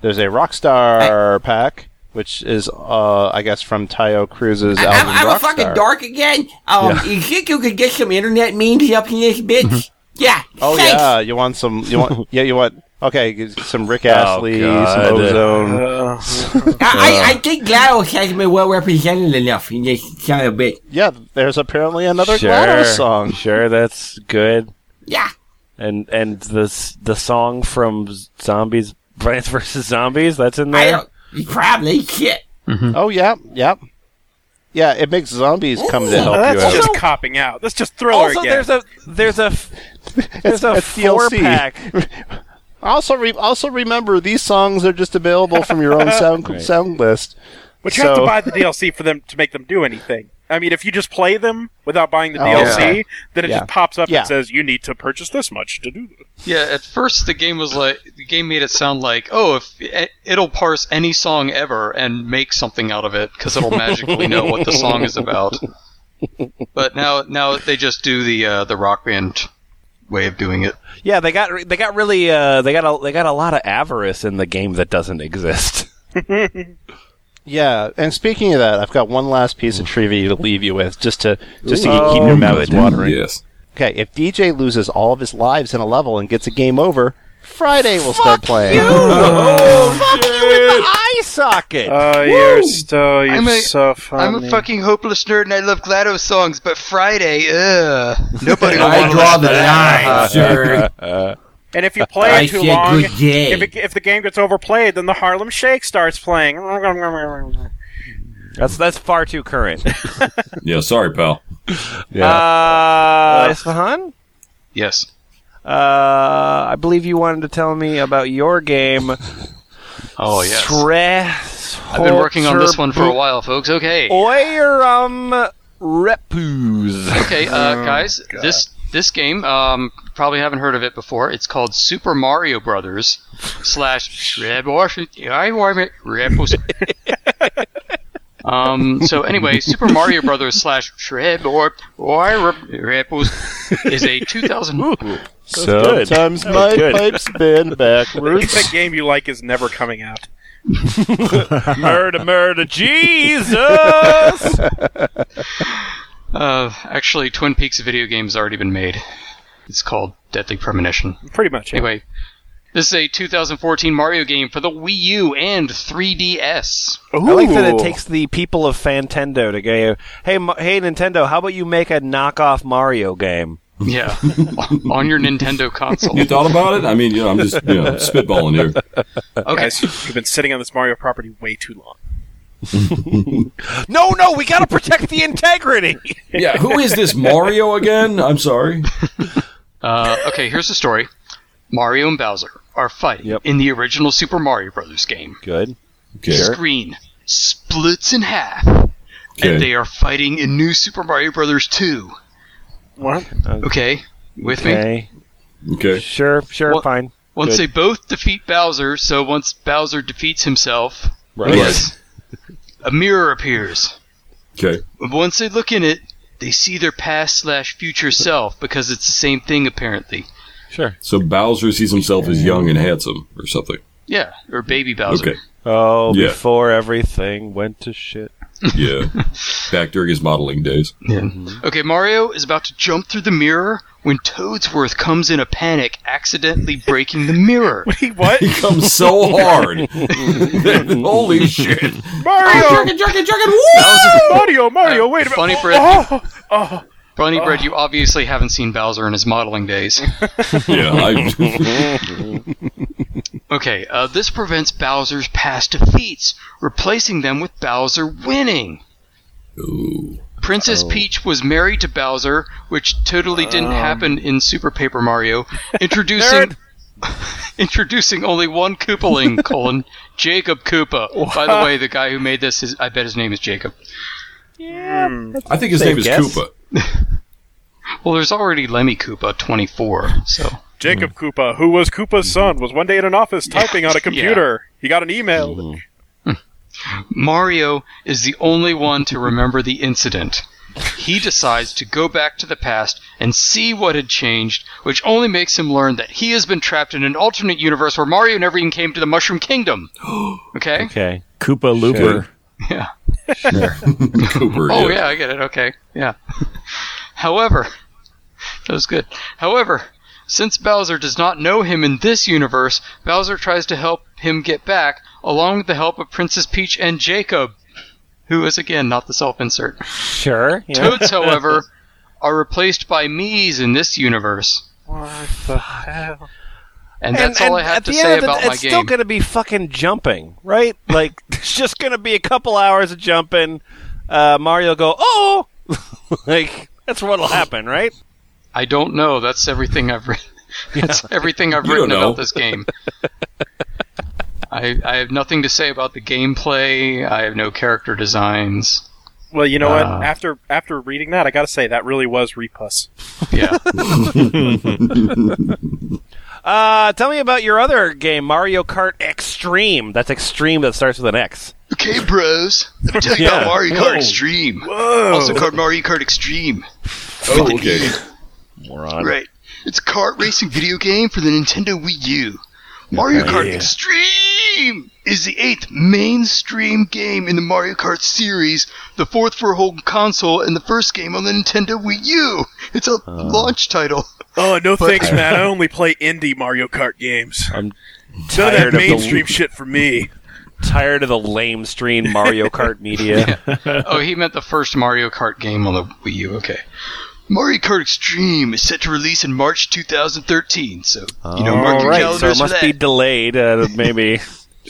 E: There's a Rockstar pack, which is uh, I guess from Tayo Cruz's
I: I'm,
E: album.
I: I'm
E: Rockstar.
I: a fucking dark again. Um, you think you could get some internet memes up in this bitch? yeah.
E: Oh
I: thanks.
E: yeah, you want some? You want? Yeah, you want Okay, get some Rick Astley, some
B: God.
E: Ozone.
I: I,
E: Uh.
I: I, I think GLaDOS has been well represented enough in this kind of bit.
E: yeah, there's apparently another GLaDOS song.
A: Sure, that's good.
I: Yeah.
A: And and the s- the song from Z- Zombies Plants vs Zombies that's in
I: I
A: there.
I: don't. Probably. Shit.
E: Oh, yeah, yeah. Yeah, it makes zombies come to help you
C: That's
E: out.
C: just copping out. That's just thriller
A: Also,
C: again.
A: there's a there's a f- there's a
E: It's DLC.
A: four pack.
E: (laughs) Also, re- also remember these songs are just available from your own sound sound list.
C: But you have to
E: So-
C: buy the DLC for them to make them do anything. I mean, if you just play them without buying the
E: Oh,
C: DLC,
E: okay.
C: then it
E: Yeah.
C: just pops up
E: Yeah.
C: and says you need to purchase this much to do. This.
D: Yeah, at first the game was like the game made it sound like, oh, if it, it'll parse any song ever and make something out of it because it'll magically know what the song is about. But now, now they just do the uh, the rock band way of doing it.
A: Yeah, they got re- they got really uh, they got a, they got a lot of avarice in the game that doesn't exist. (laughs)
E: Yeah, and speaking of that, I've got one last piece of trivia to leave you with, just to just to keep your mouths watering.
J: Yes.
E: Okay, if DJ loses all of his lives in a level and gets a game over, Friday will start playing. (laughs) Oh,
A: Eye socket.
C: Oh, you're so you're
D: I'm a-
C: so
D: I'm
C: funny.
D: a fucking hopeless nerd and I love GLaDOS songs, but Friday, ugh. Nobody will
I: I
D: want to
I: draw
D: listen to
I: the line, Uh, sir.
C: and if you
I: I
C: play it too
I: see a
C: long,
I: good day.
C: if, it, if the game gets overplayed, then the Harlem Shake starts playing.
A: That's that's far too current.
J: Yeah, sorry, pal.
A: Uh, Isfahan,
D: Yes.
A: uh, I believe you wanted to tell me about your game.
D: (laughs) Oh yes.
A: Stress.
D: I've been working on this one for a while, folks. Okay.
A: Oirum repus.
D: Okay, uh, guys, this this game um, probably haven't heard of it before. It's called Super Mario Brothers slash Shred Wash- I warm it- Repos- Um. So anyway, Super Mario Brothers slash Shred or or Repos is a 2000.
E: So Sometimes my pipe's been backwards.
C: That game you like is never coming (laughs) out.
A: Murder, murder, Jesus.
D: Uh, actually, Twin Peaks video game's already been made. It's called Deadly Premonition.
C: Pretty much. yeah.
D: Anyway, this is a 2014 Mario game for the Wii U and 3DS.
A: I like that it takes the people of Fantendo to go. Hey, Ma- hey, Nintendo, how about you make a knockoff Mario game?
D: Yeah, (laughs) on your Nintendo console.
J: You thought about it? I mean, you know, I'm just you know spitballing here.
D: Okay,
C: Guys, you've been sitting on this Mario property way too long.
A: No, no, we gotta protect the integrity.
J: Yeah, who is this Mario again? I'm sorry.
D: uh, okay. Here's the story: Mario and Bowser are fighting
A: Yep.
D: in the original Super Mario Brothers game.
A: Good.
J: Okay.
D: Screen splits in half,
J: Okay.
D: and they are fighting in New Super Mario Brothers 2.
C: What?
D: Okay, with me.
A: (laughs) Okay.
J: Okay.
A: Sure. Sure.
D: What-
A: Fine.
D: Once
A: good.
D: they both defeat Bowser, so once Bowser defeats himself,
J: Right.
D: yes, a mirror appears.
J: Okay.
D: Once they look in it, they see their past slash future self because it's the same thing apparently.
J: So Bowser sees himself as young and handsome or something.
D: Yeah, or baby Bowser.
J: Okay.
A: Oh,
J: Yeah.
A: before everything went to shit.
J: Yeah. Back during his modeling days.
D: Okay, Mario is about to jump through the mirror when Toadsworth comes in a panic, accidentally breaking the mirror.
C: what?
J: He comes so hard. (laughs) Holy shit.
A: (laughs)
C: Mario!
I: (laughs) Jerking, jerking, jerking. Woo!
C: Mario! Mario! Wait a minute! Oh!
D: Funny Bread, Funny Bread, you obviously haven't seen Bowser in his modeling days.
J: Yeah. I,
D: Okay, uh, this prevents Bowser's past defeats, replacing them with Bowser winning.
J: Ooh.
D: Princess Peach was married to Bowser, which totally didn't happen in Super Paper Mario, introducing (laughs) introducing only one Koopaling, colon, Jacob Koopa. By the way, the guy who made this, is, I bet his name is Jacob.
J: I think his name is Koopa.
D: Well, there's already Lemmy Koopa, 24, so...
C: (laughs) Jacob Koopa, who was Koopa's son, was one day in an office
A: (laughs)
C: typing on a computer. He got an email.
D: Mario is the only one to remember the incident. He decides to go back to the past and see what had changed, which only makes him learn that he has been trapped in an alternate universe where Mario never even came to the Mushroom Kingdom. Okay?
A: Okay.
F: Koopa Looper.
D: Yeah.
J: Cooper.
D: Oh, yeah, (laughs) I get it. Okay. Yeah. However, that was good. However, Since Bowser does not know him in this universe, Bowser tries to help him get back, along with the help of Princess Peach and Jacob, who is again not the self insert.
A: Sure. Yeah.
J: (laughs)
D: Toads, however, are replaced by Mii's in this universe.
C: What the hell?
D: And that's all I have
A: at
D: to
A: the
D: say
A: end of the-
D: about my
A: it's still
D: game.
A: going to be fucking jumping, right? Like, (laughs) it's just going to be a couple hours of jumping. Uh, Mario will go, oh! (laughs) like, that's what'll happen, right?
D: I don't know. That's everything I've
J: (laughs)
D: written. That's everything I've
J: You
D: written
J: don't know.
D: about this game. I, I have nothing to say about the gameplay. I have no character designs.
C: Well, you know what?
D: Ah.
C: After after reading that, I gotta say that really was Repus.
J: (laughs)
D: Yeah.
A: Uh, tell me about your other game, Mario Kart Extreme. That's extreme that starts with an X.
D: okay, bros. Let me tell you about Mario Kart Extreme. Also called Mario Kart Extreme.
J: Oh, okay.
D: Right. It's a kart racing video game for the Nintendo Wii U. Mario Kart Extreme is the eighth mainstream game in the Mario Kart series, the fourth for a home console, and the first game on the Nintendo Wii U. It's
J: Oh.
D: a launch title.
C: Oh no, thanks, man. I only play indie Mario Kart games. I'm None
A: tired of
C: of
A: the-
C: that mainstream shit for me.
A: Tired of the lame stream Mario Kart media.
D: Oh, he meant the first Mario Kart game on the Wii U. Okay. Mario Kart Extreme is set to release in March 2013, so you know mark
A: All
D: your
A: right, so
D: calendars
A: it must
D: for that.
A: be delayed, uh, maybe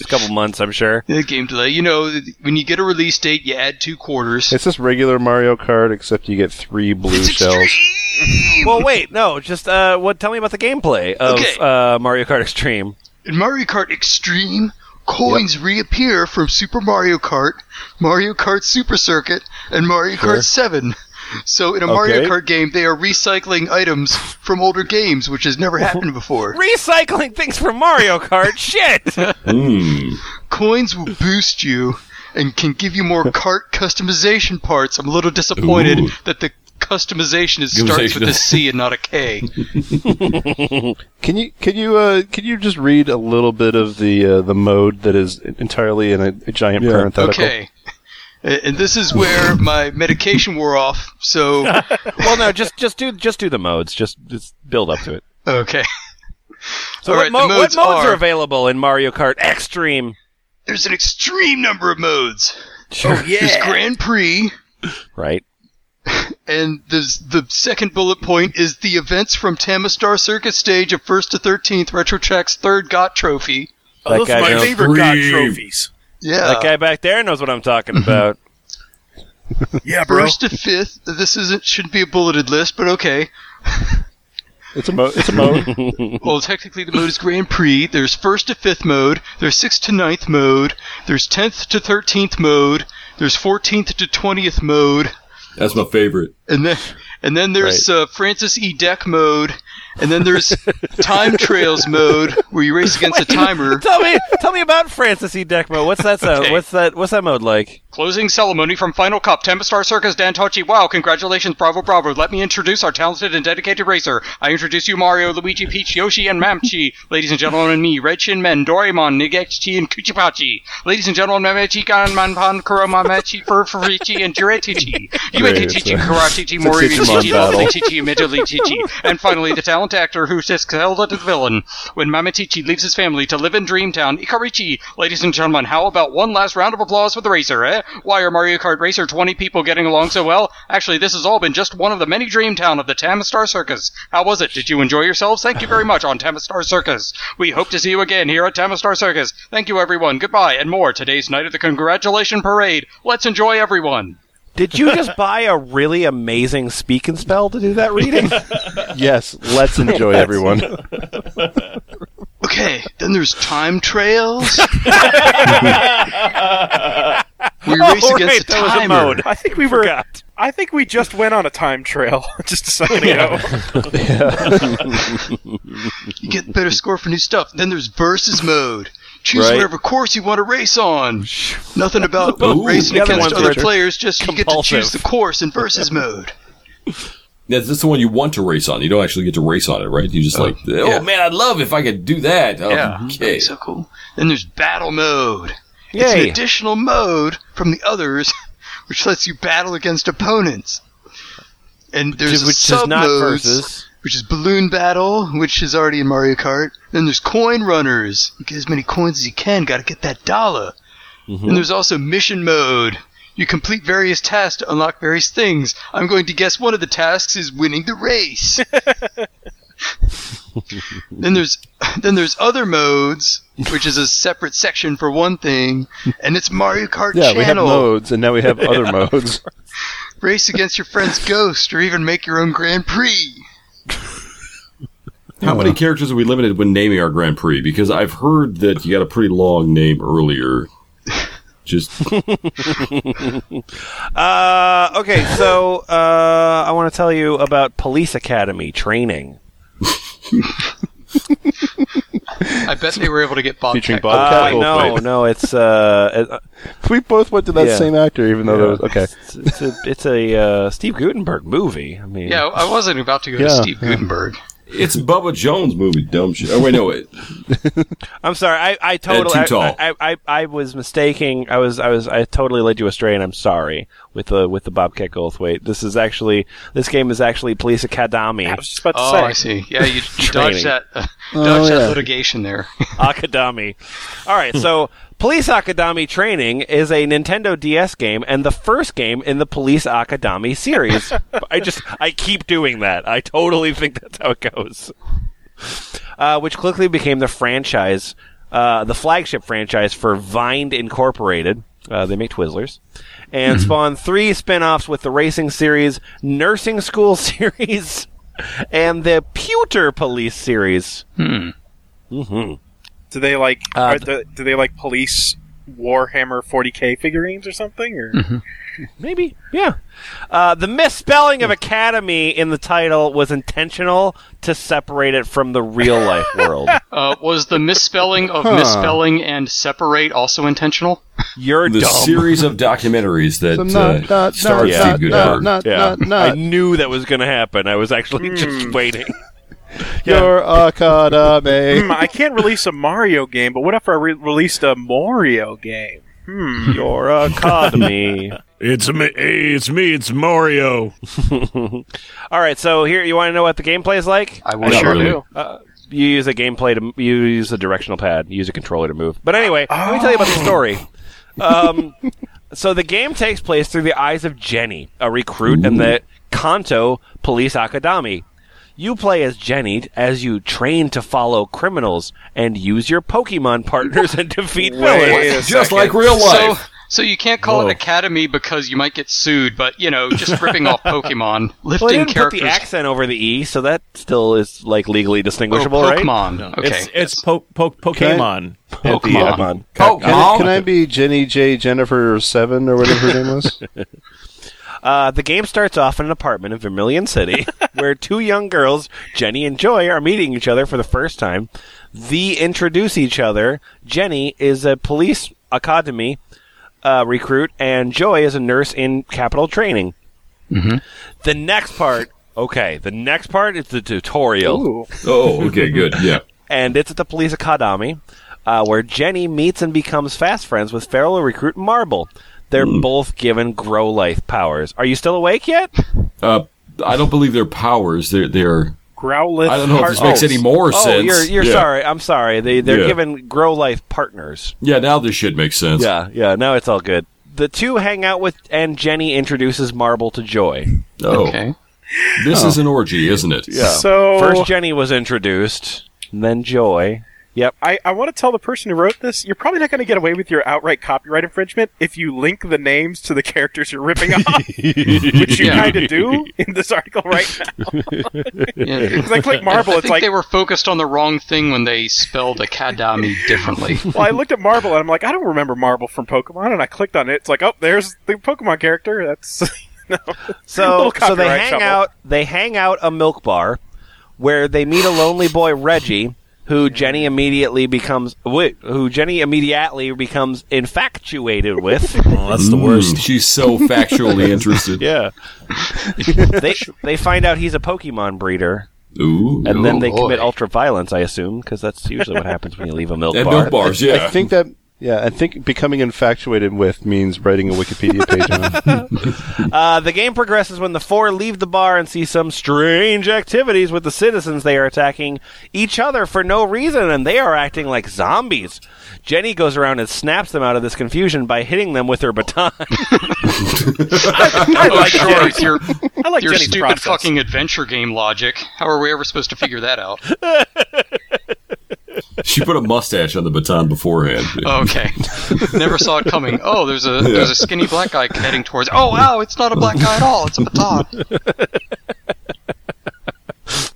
A: a couple months, I'm (laughs) sure.
D: the game delay. You know, th- when you get a release date, you add two quarters.
E: It's just regular Mario Kart, except you get three blue shells.
D: extreme.
A: Well, wait, no, just uh, what? Tell me about the gameplay of
D: Okay.
A: uh, Mario Kart Extreme.
D: In Mario Kart Extreme, coins reappear from Super Mario Kart, Mario Kart Super Circuit, and Mario Kart 7. So in a Mario
E: Okay.
D: Kart game, they are recycling items from older games, which has
A: (laughs)
D: never happened before.
A: Recycling things from Mario (laughs) Kart. Shit.
J: Mm.
D: Coins will boost you and can give you more kart customization parts. I'm a little disappointed
J: Ooh.
D: that the customization is starts with a
J: Customization.
D: C and not a K.
E: Can you can you uh, can you just read a little bit of the uh, the mode that is entirely in a, a giant
J: Yeah.
E: parenthetical?
D: Okay. A- And this is where my medication wore off, so
A: well, no, just just do just do the modes. Just just build up to it.
D: okay.
A: So
D: All
A: what,
D: right,
A: mo-
D: the modes
A: what modes are...
D: are-
A: available in Mario Kart Extreme?
D: There's an extreme number of modes.
A: Sure.
D: There's Grand Prix,
A: Right.
D: and there's the second bullet point is the events from Tamastar Circuit Stage of 1st to 13th, RetroTrack's third GOT trophy.
A: That
C: Those
A: guy
C: are my
A: knows-
C: favorite god
J: Extreme.
C: trophies.
D: Yeah.
A: That guy back there knows what I'm talking about.
C: Yeah, bro.
D: First to fifth. This isn't shouldn't be a bulleted list, but okay.
E: It's a mode. It's a mode.
D: Well, technically the mode is Grand Prix. There's first to fifth mode. There's sixth to ninth mode. There's tenth to thirteenth mode. There's fourteenth to twentieth mode.
J: That's my favorite.
D: and then and then there's uh, Francis E. Deck mode, and then there's time trails mode where you race against a
A: (laughs)
D: timer.
A: tell (laughs) me, tell me about Francis E. Deck mode. (laughs) What's that? Sound?
D: Okay.
A: What's that? What's that mode like?
D: Closing ceremony from Final Cup, Tempestar Circus, Dantochi. Wow, congratulations, bravo, bravo. Let me introduce our talented and dedicated racer. I introduce you Mario, Luigi, Peach, Yoshi, and Mamchi. Ladies and gentlemen, and me, Red Shin Men, Doraemon, Nigechi, and Kuchipachi. Ladies and gentlemen, Mamechi, Gan, Manpan, Kuroma, Mamechi, Furfurichi, and Jiretichi. Yuetichi, Karatichi, Moritichi,
E: battle.
D: Lovelichichi, and Midolichichi. And finally, the talent actor who excelled at the villain. When Mametichi leaves his family to live in Dreamtown, Ikarichi. Ladies and gentlemen, how about one last round of applause for the racer, eh? Why are Mario Kart Racer 20 people getting along so well? Actually, this has all been just one of the many Dreamtown of the Tamastar Circus. How was it? Did you enjoy yourselves? Thank you very much on Tamastar Circus. We hope to see you again here at Tamastar Circus. Thank you, everyone. Goodbye and more. Today's night of the Congratulation Parade. Let's enjoy everyone.
A: Did
E: (laughs)
A: you just buy a really amazing speak and spell to do that reading?
E: (laughs) yes, let's enjoy everyone.
D: Okay, then there's
A: (laughs)
D: time trails. we race
A: Oh,
D: against
A: right,
D: a
A: that was a
D: timer.
A: mode.
C: I think we were. I think we just went on a time trail (laughs) just a second ago.
D: You get better score for new stuff. Then there's versus mode. Choose
A: Right.
D: whatever course you want to race on. Nothing about
J: Ooh,
D: racing
A: the other
D: against
A: ones
D: other
A: were
D: players, just you get to
A: compulsive.
D: choose the course in versus mode.
J: That's, that's the one you want to race on. You don't actually get to race on it, right? You just like, oh
D: yeah.
J: man, I'd love if I could do that. Okay.
D: So cool. Then there's battle mode.
A: (laughs)
D: It's an
A: Yay.
D: additional mode from the others, (laughs) which lets you battle against opponents. And there's
A: Which
D: a
A: is not
D: sub-modes.
A: versus.
D: which is Balloon Battle, which is already in Mario Kart. Then there's Coin Runners. You get as many coins as you can, gotta get that dollar. And there's also Mission Mode. You complete various tasks to unlock various things. I'm going to guess one of the tasks is winning
E: (laughs)
D: the race. then there's then there's other modes, which is a separate section for one thing, and it's Mario Kart
E: Yeah,
D: Channel
E: we have modes, and now (laughs) we have other
D: (laughs)
E: modes.
D: race against your friend's ghost, or even make your own Grand Prix.
J: How
E: Uh.
J: many characters are we limited when naming our Grand Prix? Because I've heard that you got a pretty long name
E: (laughs)
J: earlier. Just
A: Uh, okay, so uh, I want to tell you about police academy training.
D: I bet they were able to get Bob.
E: Featuring
D: Peck.
E: Bob
A: Uh,
E: Cat
A: no, no, it's
E: (laughs)
A: uh,
E: We both went to that
A: Yeah.
E: same actor, even though Oh, that was okay.
A: it's, it's a, it's a uh, Steve Gutenberg movie. I mean,
D: Yeah, I wasn't about to go
E: Yeah,
D: to Steve Gutenberg.
J: it's Bubba Jones movie, dumb shit. Oh wait, no, it,
A: I'm sorry, I, I totally,
J: too
A: I,
J: tall.
A: I, I, I was mistaking. I was, I was, I totally led you astray, and I'm sorry with the with the Bobcat Goldthwait. This is actually, this game is actually police academy,
C: I was just about to
D: Oh,
C: say.
D: I see. Yeah, you, you
A: Training.
D: dodged that, uh,
E: Oh,
D: dodged
E: yeah.
D: that litigation there.
A: (laughs) academy. All right, so. Police Akadami Training is a Nintendo DS game and the first game in the Police Akadami series. I just I keep doing that. I totally think that's how it goes. uh, which quickly became the franchise, uh, the flagship franchise for Vind Incorporated. Uh, they make Twizzlers. And spawned three spin offs with the racing series, nursing school (laughs) series, and the pewter police series.
C: Do they like?
A: Uh,
C: are the, do they like police Warhammer 40k figurines or something? Or
A: Hmm. Maybe, yeah. Uh, the misspelling of academy in the title was intentional to separate it from the real life world.
D: Uh, was the misspelling of misspelling and separate also intentional?
A: (laughs) You're
J: the
A: dumb.
J: series of documentaries that
E: So
J: uh,
E: not- not-
J: starred
E: not-
J: Steve
E: not-
J: Gutenberg.
E: not-
A: yeah.
E: not-
A: I
E: not-
A: knew that was going to happen. I was actually just waiting.
E: Your Akadame.
C: Hmm, I can't release a Mario game, but what if I re- released a Mario game? Hmm.
A: Your (laughs) academy.
B: It's me. Hey, it's me. It's Mario.
A: All right, so here you want to know what the gameplay is like?
D: I
J: Not
D: was
J: really.
A: You use a gameplay to you use a directional pad, you use a controller to move. But anyway, let me tell you about
D: Oh.
A: the
D: (laughs)
A: story. Um, so the game takes place through the eyes of Jenny, a recruit in the Kanto Police Akadami. You play as Jenny as you train to follow criminals and use your Pokemon partners and
D: (laughs)
A: defeat villains.
C: a
J: Just
C: second.
J: like real
D: So,
J: life.
D: so you can't call it academy because you might get sued, but you know, just ripping off Pokemon, lifting
A: Well, they didn't put
D: characters.
A: the accent over the e, so that still is like legally
D: Oh,
A: distinguishable, right?
D: Pokemon. Okay.
F: (laughs) It's it's po- po- Pokemon.
D: Pokemon.
I: Oh,
E: Can, can I be Jenny J. Jennifer 7 or whatever her name was?
A: Uh, the game starts off in an apartment in Vermilion City, where two young girls, Jenny and Joy, are meeting each other for the first time. They introduce each other. Jenny is a police academy uh, recruit, and Joy is a nurse in capital training. The next part, okay, the next part is the tutorial
J: Oh, okay, good. Yeah.
A: and it's at the police academy, uh, where Jenny meets and becomes fast friends with feral recruit Marble. They're both given grow life powers. Are you still awake yet?
J: Uh, I don't believe they're powers. They're they're.
C: Growlithe.
J: I don't know if this
C: Heart-
J: makes any more
A: oh,
J: sense.
A: you're you're
J: yeah.
A: sorry. I'm sorry. They they're
J: Yeah.
A: given grow life partners.
J: Yeah, now this shit makes sense.
A: Yeah, yeah. Now it's all good. The two hang out with, and Jenny introduces Marble to Joy.
J: Oh,
D: Okay.
J: this is an orgy, isn't it?
A: Yeah.
C: So
A: First, Jenny was introduced, and then Joy.
C: I, I want to tell the person who wrote this, you're probably not going to get away with your outright copyright infringement if you link the names to the (laughs) characters you're ripping off, which you
D: (laughs) Yeah.
C: kind of do in this article right now.
D: Yeah.
C: 'Cause I click
D: I
C: Marble,
D: think
C: it's like,
D: they were focused on the wrong thing when they spelled academy differently.
C: well, I looked at Marble and I'm like, I don't remember Marble from Pokemon, and I clicked on it. It's like, oh, there's the Pokemon character. That's (laughs) no.
A: So,
C: (laughs)
A: so
C: Little
A: they
C: copyright
A: hang
C: trouble.
A: out. They hang out a milk bar, where they meet a lonely boy Reggie, who Jenny immediately becomes wait, who Jenny immediately becomes infatuated
C: (laughs)
A: with.
F: Oh, that's the worst.
J: Mm, she's so factually interested.
A: yeah. they they find out he's a Pokemon breeder,
J: Ooh.
A: and then they
D: boy.
A: commit ultra violence. I assume because that's usually what happens when you leave a milk
J: (laughs) and
E: (laughs)
A: bar.
J: milk bars, yeah.
E: I think that Yeah, I think becoming infatuated with means writing a Wikipedia page on. it.
A: Uh, the game progresses when the four leave the bar and see some strange activities with the citizens. They are attacking each other for no reason, and they are acting like zombies. Jenny goes around and snaps them out of this confusion by hitting them with her (laughs) baton.
D: I like Oh, sure, with your,
C: I like
D: your
C: Jenny's
D: stupid
C: process.
D: fucking adventure game logic. How are we ever supposed to figure that out?
J: She put a mustache on the baton beforehand.
D: Okay, (laughs) never saw it coming. Oh, there's a there's a skinny black guy heading towards. Oh wow, it's not a black guy at all. It's a baton.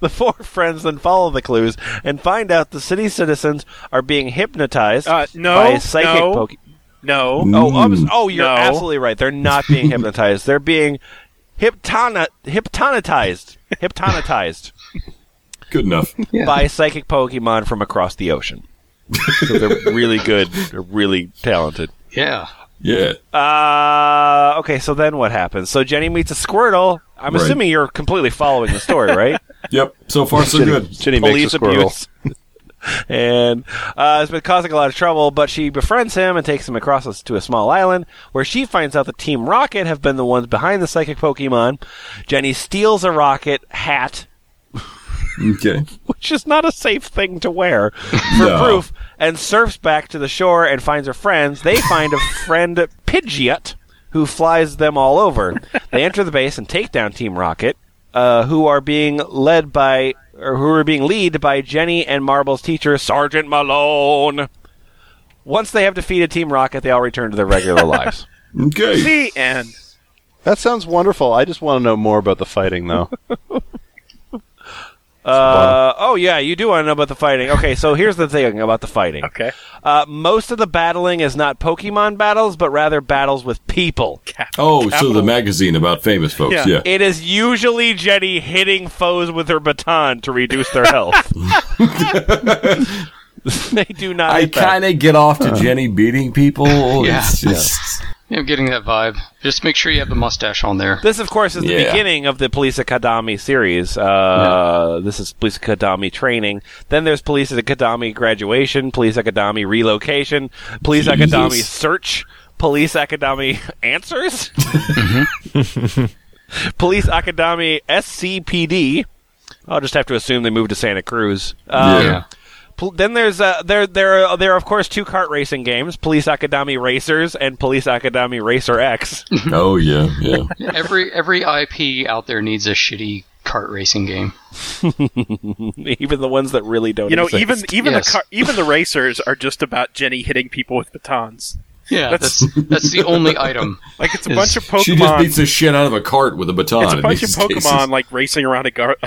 A: the four friends then follow the clues and find out the city citizens are being hypnotized
C: Uh, no,
A: by a psychic
C: no.
A: poke.
C: No.
A: Oh, I'm s- oh, you're
C: No.
A: absolutely right. They're not being hypnotized. They're being hyptona- hyptonatized. Hyptonatized.
J: Good enough.
A: by psychic Pokemon from across the ocean. so they're really good. They're really talented.
D: Yeah,
J: Yeah.
A: Uh, okay, so then what happens? So Jenny meets a Squirtle. I'm
J: Right.
A: assuming you're completely following the story, right?
J: Yep. So far, so good.
E: Jenny makes a
A: Police
E: squirrel.
A: abuse. (laughs) and uh, has been causing a lot of trouble, but she befriends him and takes him across us to a small island where she finds out that Team Rocket have been the ones behind the psychic Pokemon. Jenny steals a rocket hat
J: Okay.
A: (laughs) which is not a safe thing to wear for
J: No.
A: proof, and surfs back to the shore and finds her friends. They find a friend Pidgeot who flies them all over. They enter the base and take down Team Rocket, uh, who are being led by or who are being lead by Jenny and Marble's teacher Sergeant Malone. Once they have defeated Team Rocket, they all return to their regular (laughs) lives.
J: Okay.
C: The end.
E: That sounds wonderful. I just want to know more about the fighting, though.
A: Uh, oh yeah, you do want to know about the fighting. Okay, so here's the thing about the fighting.
C: Okay.
A: Uh, most of the battling is not Pokemon battles, but rather battles with people.
J: Oh, so the magazine about famous folks.
C: Yeah.
J: Yeah.
A: It is usually Jenny hitting foes with her baton to reduce their health. (laughs) they do not.
J: I
A: hit back.
I: Kind of get off to
J: Jenny beating people.
I: (laughs)
D: Yeah.
J: It's just-
D: Yeah, I'm getting that vibe. Just make sure you have the mustache on there.
A: This, of course, is the
J: Yeah.
A: beginning of the Police Academy series. Uh, This is Police Academy training. Then there's Police Academy graduation, Police Academy relocation, Police
J: Jesus.
A: Academy search, Police Academy (laughs) answers,
J: Mm-hmm.
A: (laughs) Police Academy SCPD. I'll just have to assume they moved to Santa Cruz. Um,
J: yeah.
A: pl- then there's uh, there there are, there are of course two kart racing games: Police Academy Racers and Police Academy Racer X. (laughs)
J: Oh, yeah. Yeah.
D: Every every IP out there needs a shitty kart racing game.
A: even the ones that really don't.
C: You know,
A: exist.
C: even even
D: Yes.
C: the car, even the racers are just about Jenny hitting people with batons.
D: Yeah, that's that's, the only item.
C: Like it's a
D: Is-
C: bunch of Pokemon.
J: She just beats the shit out of a cart with a baton.
C: it's a
J: in
C: bunch of
J: these
C: Pokemon
J: cases.
C: like racing around a, gar- (laughs)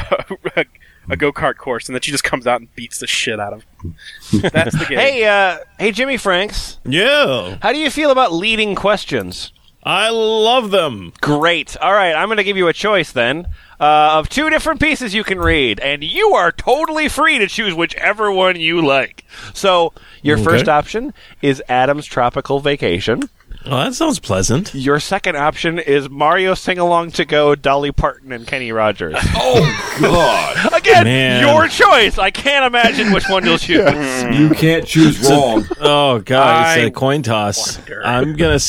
C: a, go kart course, and then she just comes out and beats the shit out of.
E: (laughs)
C: 'em. That's the game.
A: Hey, uh, hey, Jimmy Franks,
F: Yeah,
A: how do you feel about leading questions?
F: I love them.
A: Great. All right, I'm going to give you a choice then uh, of two different pieces you can read, and you are totally free to choose whichever one you like. So, your first option is Adam's Tropical Vacation.
F: Oh, that sounds pleasant.
A: Your second option is Mario Sing Along to Go, Dolly Parton, and Kenny Rogers.
J: Oh, God.
A: (laughs) Again,
F: Man.
A: your choice. I can't imagine which one you'll choose.
J: you can't choose wrong.
F: Oh God, it's
C: I
F: a coin toss.
C: wonder.
F: I'm gonna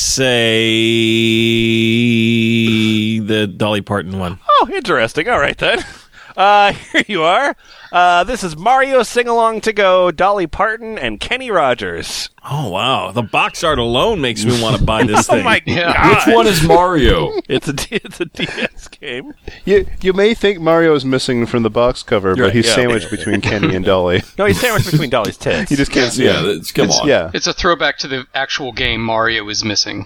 F: say the Dolly Parton one.
A: Oh, interesting. All right then. (laughs) Uh, here you are. Uh, this is Mario Sing Along to Go, Dolly Parton, and Kenny Rogers.
F: Oh wow, the box art alone makes me want to buy
C: (laughs)
F: this
C: oh
A: (laughs)
F: thing.
C: my
D: (laughs) Yeah.
C: god!
J: Which one is Mario?
A: It's a D- it's a DS game.
E: you, you may think Mario is missing from the box cover, but
J: Right,
E: he's
J: yeah.
E: sandwiched between Kenny and Dolly.
A: No, he's sandwiched between
C: (laughs)
A: Dolly's tits.
E: You just can't see
J: Yeah,
E: him.
J: that's, come on.
E: Yeah,
D: It's a throwback to the actual game Mario is missing.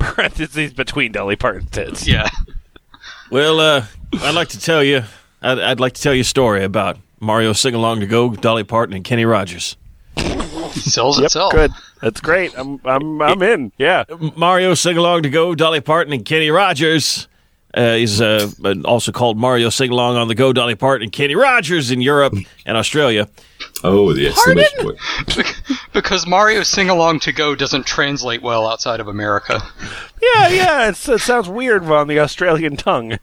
A: parentheses between Dolly Parton's tits.
D: Yeah.
F: Well, uh, I'd like to tell you, I'd, I'd like to tell you a story about Mario sing along to go Dolly Parton and Kenny Rogers.
D: Sells itself.
A: Good. That's great. I'm I'm I'm in. Yeah.
F: Mario sing along to go Dolly Parton and Kenny Rogers uh, is uh, also called Mario sing along on the go Dolly Parton and Kenny Rogers in Europe and Australia.
J: Oh, the exclamation point.
D: Because Mario Sing Along to Go doesn't translate well outside of America.
A: Yeah, yeah. It's, it sounds weird on the Australian tongue.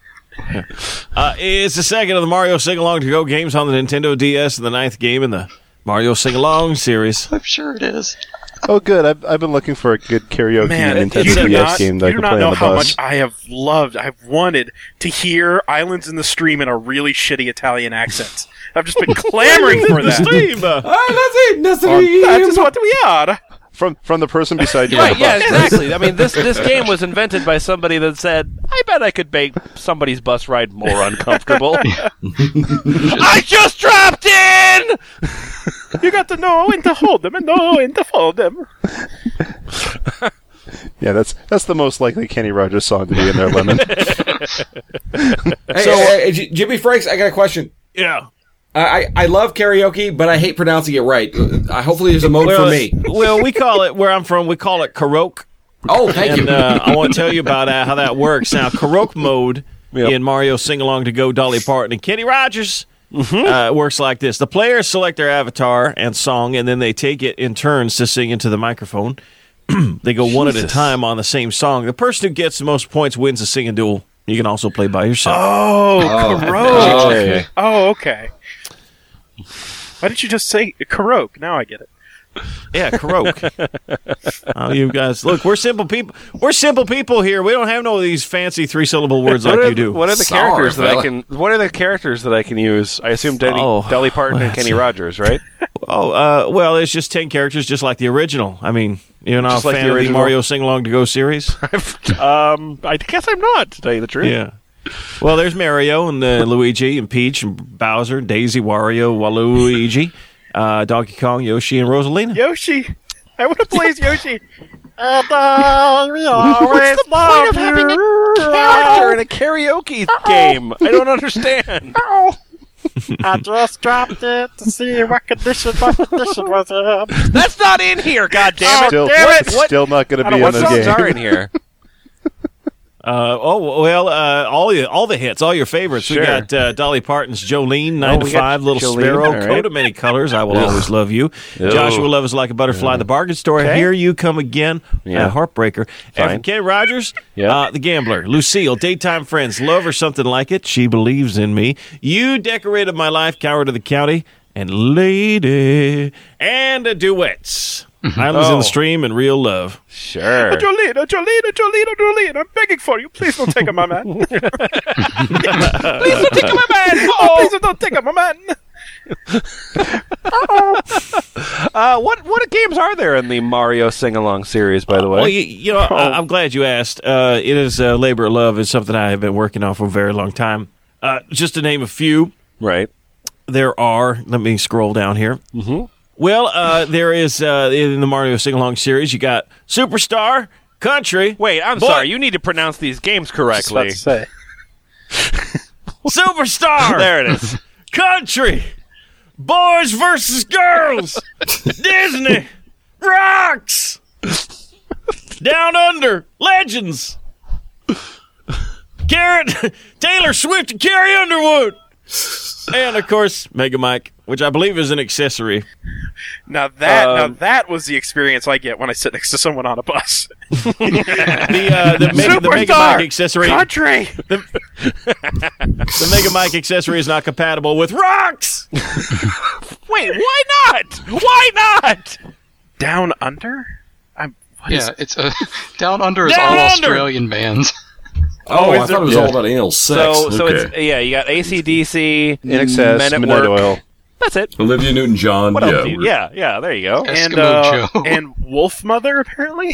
F: Uh, it's the second of the Mario Sing Along to Go games on the Nintendo DS and the ninth game in the Mario Sing Along series.
D: I'm sure it is.
E: Oh, good. I've, I've been looking for a good karaoke
C: Man, it-
E: Nintendo
C: you do
E: DS
C: not,
E: game that I
C: you
E: can
C: do not
E: play
C: know
E: on the
C: how
E: bus.
C: much I have loved, I've wanted to hear Islands in the Stream in a really shitty Italian accent. I've
E: (laughs)
C: just been clamoring for that. That's just what we are.
E: From from the person beside you. on
A: Right,
E: the
C: (laughs)
A: yeah,
E: bus.
A: exactly. I mean, this this game was invented by somebody that said, "I bet I could make somebody's bus ride more
C: (laughs)
A: uncomfortable." (laughs) I just dropped in.
C: You got to know when to hold them and know when to fold them.
E: Yeah, that's that's the most likely Kenny Rogers song to be in there, Lemon.
G: Hey, hey, hey, uh, J- Jimmy Franks, I got a question.
F: Yeah.
G: I, I, I love karaoke, but I hate pronouncing it right. Uh, hopefully, there's a mode for
F: Well,
G: me.
F: well, we call it where I'm from. We call it karaoke.
G: Oh, thank
F: and
G: you.
F: uh, I want to tell you about uh, how that works. Now, karaoke mode in Mario Sing Along to Go Dolly Parton and Kenny Rogers uh, works like this: the players select their avatar and song, and then they take it in turns to sing into the microphone. (clears throat) they go one at a time on the same song. The person who gets the most points wins the singing duel. You can also play by yourself.
C: Oh, Karoke.
E: Okay.
C: Oh, okay. Why didn't you just say Karoke? Now I get it.
F: Yeah, karaoke. oh, you guys, look, we're simple people. We're simple people here. We don't have no of these fancy three-syllable words like
A: What are,
F: you do.
A: what are the
G: Sorry,
A: characters that I
G: fella.
A: can? What are the characters that I can use? I assume Denny,
F: Oh,
A: Dolly Parton and
E: (laughs)
A: Kenny Rogers, right?
F: Oh, uh, well, it's just 10 characters, just like the original. I mean, you're not
A: Just
F: a
A: like
F: fan
A: the
F: of the
A: original.
F: Mario Sing Along to
A: (laughs)
F: Go series?
A: um, I guess I'm not. To tell you the truth,
F: yeah. Well, there's Mario and uh, Luigi and Peach and Bowser, Daisy, Wario, Waluigi, uh, Donkey Kong, Yoshi, and Rosalina.
C: Yoshi. I want to play as (laughs) Yoshi. And, uh, we always love you.
A: character in a karaoke game. I don't understand.
C: I just dropped it to see what condition my condition was in.
A: That's not in here. God damn it!
E: Still,
C: damn it!
A: What-
E: still not going to
A: I
E: be
A: don't-
E: in
A: what
E: this
A: songs
E: game.
A: are
E: (laughs)
A: in here?
F: Uh, oh, well, uh, all, the- all the hits, all your favorites. We got uh, Dolly Parton's Jolene, 9
A: Oh,
F: to
A: we got
F: 5, Little
A: Jolene,
F: Sparrow,
A: all right.
F: Coat of Many Colors, I Will Always Love You, Joshua Love is Like a Butterfly, The Bargain Store, Here You Come Again,
A: Mm-hmm. Yeah.
F: uh, Heartbreaker, and Ken Rogers,
A: Yeah.
F: uh, The Gambler, Lucille, Daytime Friends, Love or Something Like It, She Believes in Me, You Decorated My Life, Coward of the County, and Lady, and a Duets.
A: Mm-hmm.
F: Islands
A: Oh.
F: in the Stream and Real Love.
A: Sure.
C: Jolene, Jolene, Jolene, Jolene, I'm begging for you. Please don't take him, my man. please don't take him, my man. Oh, please don't take him, my man.
A: Uh, what what games are there in the Mario sing along series? By the way,
F: Well, you, you know, I, I'm glad you asked. Uh, it is uh, labor of love. It's something I have been working on for a very long time. Uh, just to name a few,
A: right?
F: there are. Let me scroll down here. Mm-hmm. Well, uh, there is uh, in the Mario Sing Along series. You got Superstar Country.
A: Wait, I'm
F: Boy-
A: sorry. You need to pronounce these games correctly.
C: say.
A: (laughs)
F: Superstar.
A: There it is.
F: Country. Boys
A: (laughs)
F: versus girls. Disney. Rocks. Down under. Legends. Garrett (laughs) Taylor Swift and Carrie Underwood. And of course, Mega Mike, which I believe is an accessory.
C: Now that, now that was the experience I get when I sit next to someone on a bus.
F: The uh, the, Mega, the Mega
C: Superstar.
F: Mike accessory.
C: Country. (laughs)
F: The Mega Mike accessory is not compatible with rocks.
A: Wait, why not? Why not?
C: Down under. I'm. What is
D: Yeah, it's a Down Under is
F: Down
D: all
F: Under!
D: Australian bands.
J: Oh, I thought it was all about anal sex.
A: So, so
J: okay.
A: it's yeah. You got ACDC,
E: In excess,
A: Men at
E: Midnight
A: Work.
E: Oil.
A: That's it.
J: Olivia Newton John.
A: What
J: yeah,
A: else? Do you,
J: we're-
A: yeah, yeah. There you go.
C: and
D: Eskimo
C: uh,
D: Joe.
C: and Wolf Mother apparently.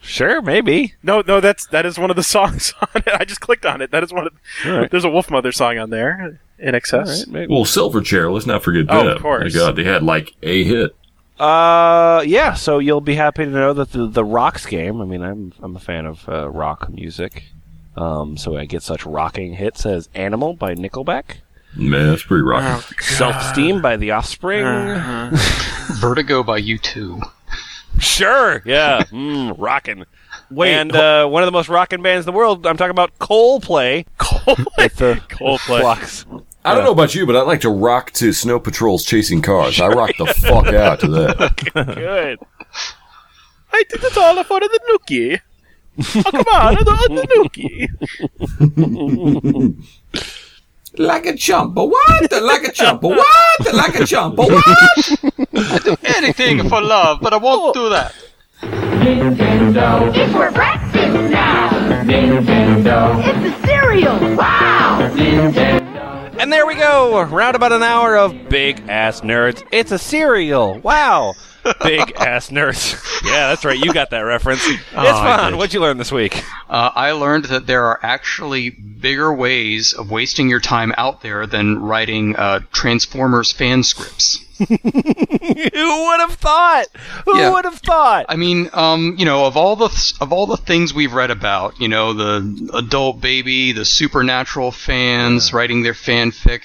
A: Sure, maybe.
C: No, no, that's that is one of the (laughs) songs on it. I just clicked on it. That is one of.
A: right.
C: There's a Wolf Mother song on there. In excess.
J: Well, Silverchair. Let's not forget
C: Oh,
J: that.
C: of course.
J: My God, they had like a hit.
A: Uh, yeah. So you'll be happy to know that the the Rocks game. I mean, I'm I'm a fan of uh, rock music. Um, so I get such rocking hits as "Animal" by Nickelback,
J: Man, that's pretty rocky.
A: "Self Esteem" by The Offspring. (laughs)
C: Uh-huh.
D: Vertigo by U2.
A: Sure, yeah, mm, rocking.
F: Wait,
A: and uh, one of the most rocking bands in the world. I'm talking about Coldplay. Coldplay. With
C: (laughs)
A: the Coldplay.
J: I don't know about you, but I like to rock to Snow Patrol's Chasing Cars. I rock
A: (laughs)
J: the fuck out to that.
A: Good.
C: I did it all for the nookie. Oh come on, the, the nookie.
I: like a chump, but what? Like a chump, but what? Like a chump, but
D: (laughs)
I: what?
D: Anything for love, but I won't do that.
K: Nintendo. It's for breakfast now. Nintendo. It's a cereal. Wow. Nintendo.
A: (laughs) And there we go. Round about an hour of big ass nerds. It's a cereal.
C: (laughs)
A: Wow. Big ass nerds. Yeah, that's right. You got that reference.
C: Oh,
A: It's
D: I
A: fun.
D: did.
A: What'd you learn this week?
D: Uh, I learned that there are actually bigger ways of wasting your time out there than writing uh, Transformers fan scripts.
A: (laughs) Who would have thought? Who
D: Yeah.
A: would have thought?
D: I mean, um, you know, of all the of all the things we've read about, you know, the adult baby, the supernatural fans writing their fanfic,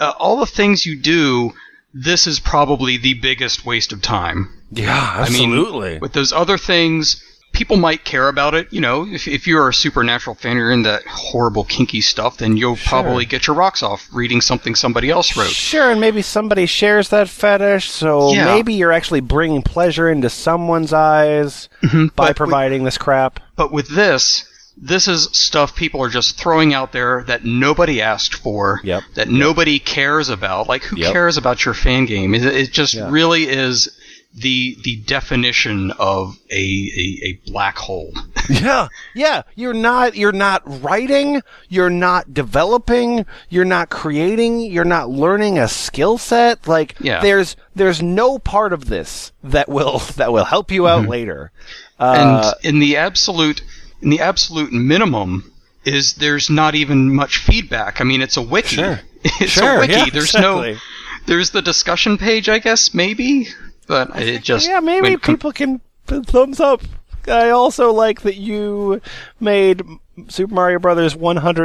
D: uh, all the things you do, this is probably the biggest waste of time.
A: Yeah,
D: I mean, with those other things, people might care about it. You know, if, if you're a supernatural fan, you're into that horrible kinky stuff, then you'll probably get your rocks off reading something somebody else wrote.
A: Sure, and maybe somebody shares that fetish, so
D: Yeah.
A: maybe you're actually bringing pleasure into someone's eyes by
D: Mm-hmm. but we-
A: providing this crap.
D: But with this, this is stuff people are just throwing out there that nobody asked for,
A: Yep.
D: that nobody cares about. Like, who
A: Yep.
D: cares about your fan game? It, it just really is the the definition of a, a, a black hole.
A: Yeah, yeah. You're not you're not writing. You're not developing. You're not creating. You're not learning a skill set. Like
D: Yeah.
A: there's there's no part of this that will (laughs) that will help you
D: Mm-hmm.
A: out later. Uh,
D: and in the absolute in the absolute minimum is there's not even much feedback. I mean, it's a wiki. (laughs) It's a wiki.
A: yeah,
D: there's
A: exactly.
D: no there's the discussion page, I guess, maybe, but it just
A: yeah, maybe
D: went com-
A: people can th- thumbs up. I also like that you made Super Mario Brothers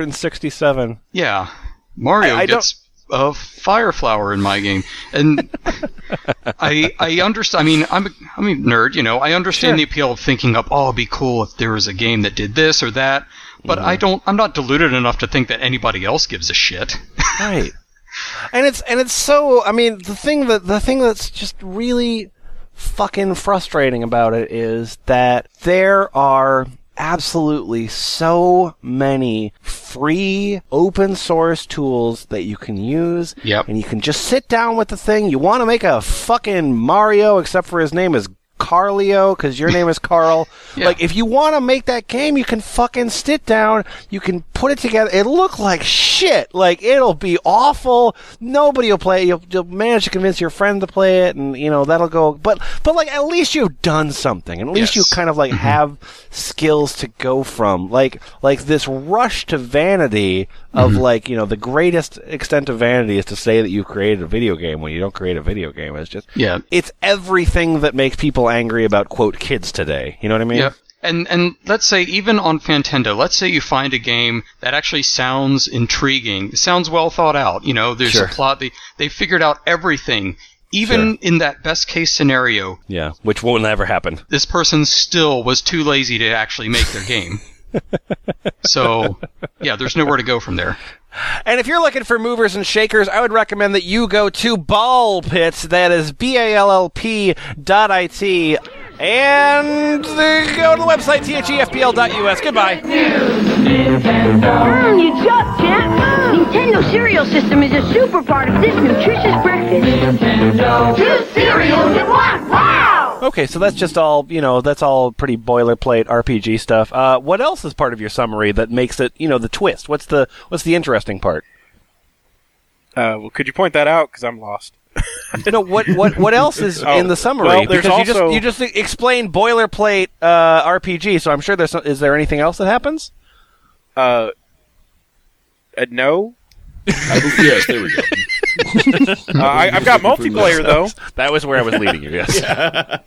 A: 167.
D: yeah, Mario
A: I- I don't-
D: gets a fire flower in my game,
A: (laughs)
D: and I I understand. I mean, I'm a, I'm a nerd, you know. I understand the appeal of thinking up. Oh, it'd be cool if there was a game that did this or that. But
A: Mm-hmm.
D: I don't. I'm not deluded enough to think that anybody else gives a shit.
A: right and it's and it's so i mean the thing that the thing that's just really fucking frustrating about it is that there are absolutely so many free open source tools that you can use
D: Yep.
A: and you can just sit down with the thing you want to make a fucking mario except for his name is Carlio, because your name is Carl.
D: (laughs) Yeah.
A: Like, if you want to make that game, you can fucking sit down. You can put it together. It'll look like shit. Like, it'll be awful. Nobody will play it. You'll, you'll manage to convince your friend to play it, and, you know, that'll go. But, but like, at least you've done something. At least
D: Yes.
A: you kind of, like, have skills to go from. Like, like this rush to vanity of, like, you know, the greatest extent of vanity is to say that you created a video game when you don't create a video game. It's just,
D: Yeah.
A: it's everything that makes people angry about quote kids today. You know what I mean?
D: Yep. And and let's say even on Fantendo, let's say you find a game that actually sounds intriguing, it sounds well thought out. You know, there's
A: Sure.
D: a plot. They they figured out everything. Even in that best case scenario,
A: Yeah, which will never happen.
D: this person still was too lazy to actually make
A: (laughs)
D: their game. so yeah, there's nowhere to go from there.
A: And if you're looking for movers and shakers, I would recommend that you go to Ball Pits. That is B A L L P dot I T. And uh, go to the website, thefbl.us. Goodbye.
K: Mm, you just can't move. Nintendo cereal system is a super part of this nutritious breakfast.
L: Nintendo.
K: Two cereals in one. Wow.
A: Okay, so that's just all, you know, that's all pretty boilerplate RPG stuff. Uh, what else is part of your summary that makes it, you know, the twist? What's the what's the interesting part?
C: Uh, well, could you point that out? Because I'm lost.
A: No, what what what else is
C: (laughs) Oh,
A: in the summary?
C: well, there's
A: because you just
C: also-
A: you just explained boilerplate uh, RPG, so I'm sure there's some, is there anything else that happens?
C: Uh, uh no.
J: I believe- yes, there we go.
C: Uh, I, I've got multiplayer though.
A: That was where I was leading you. Yes.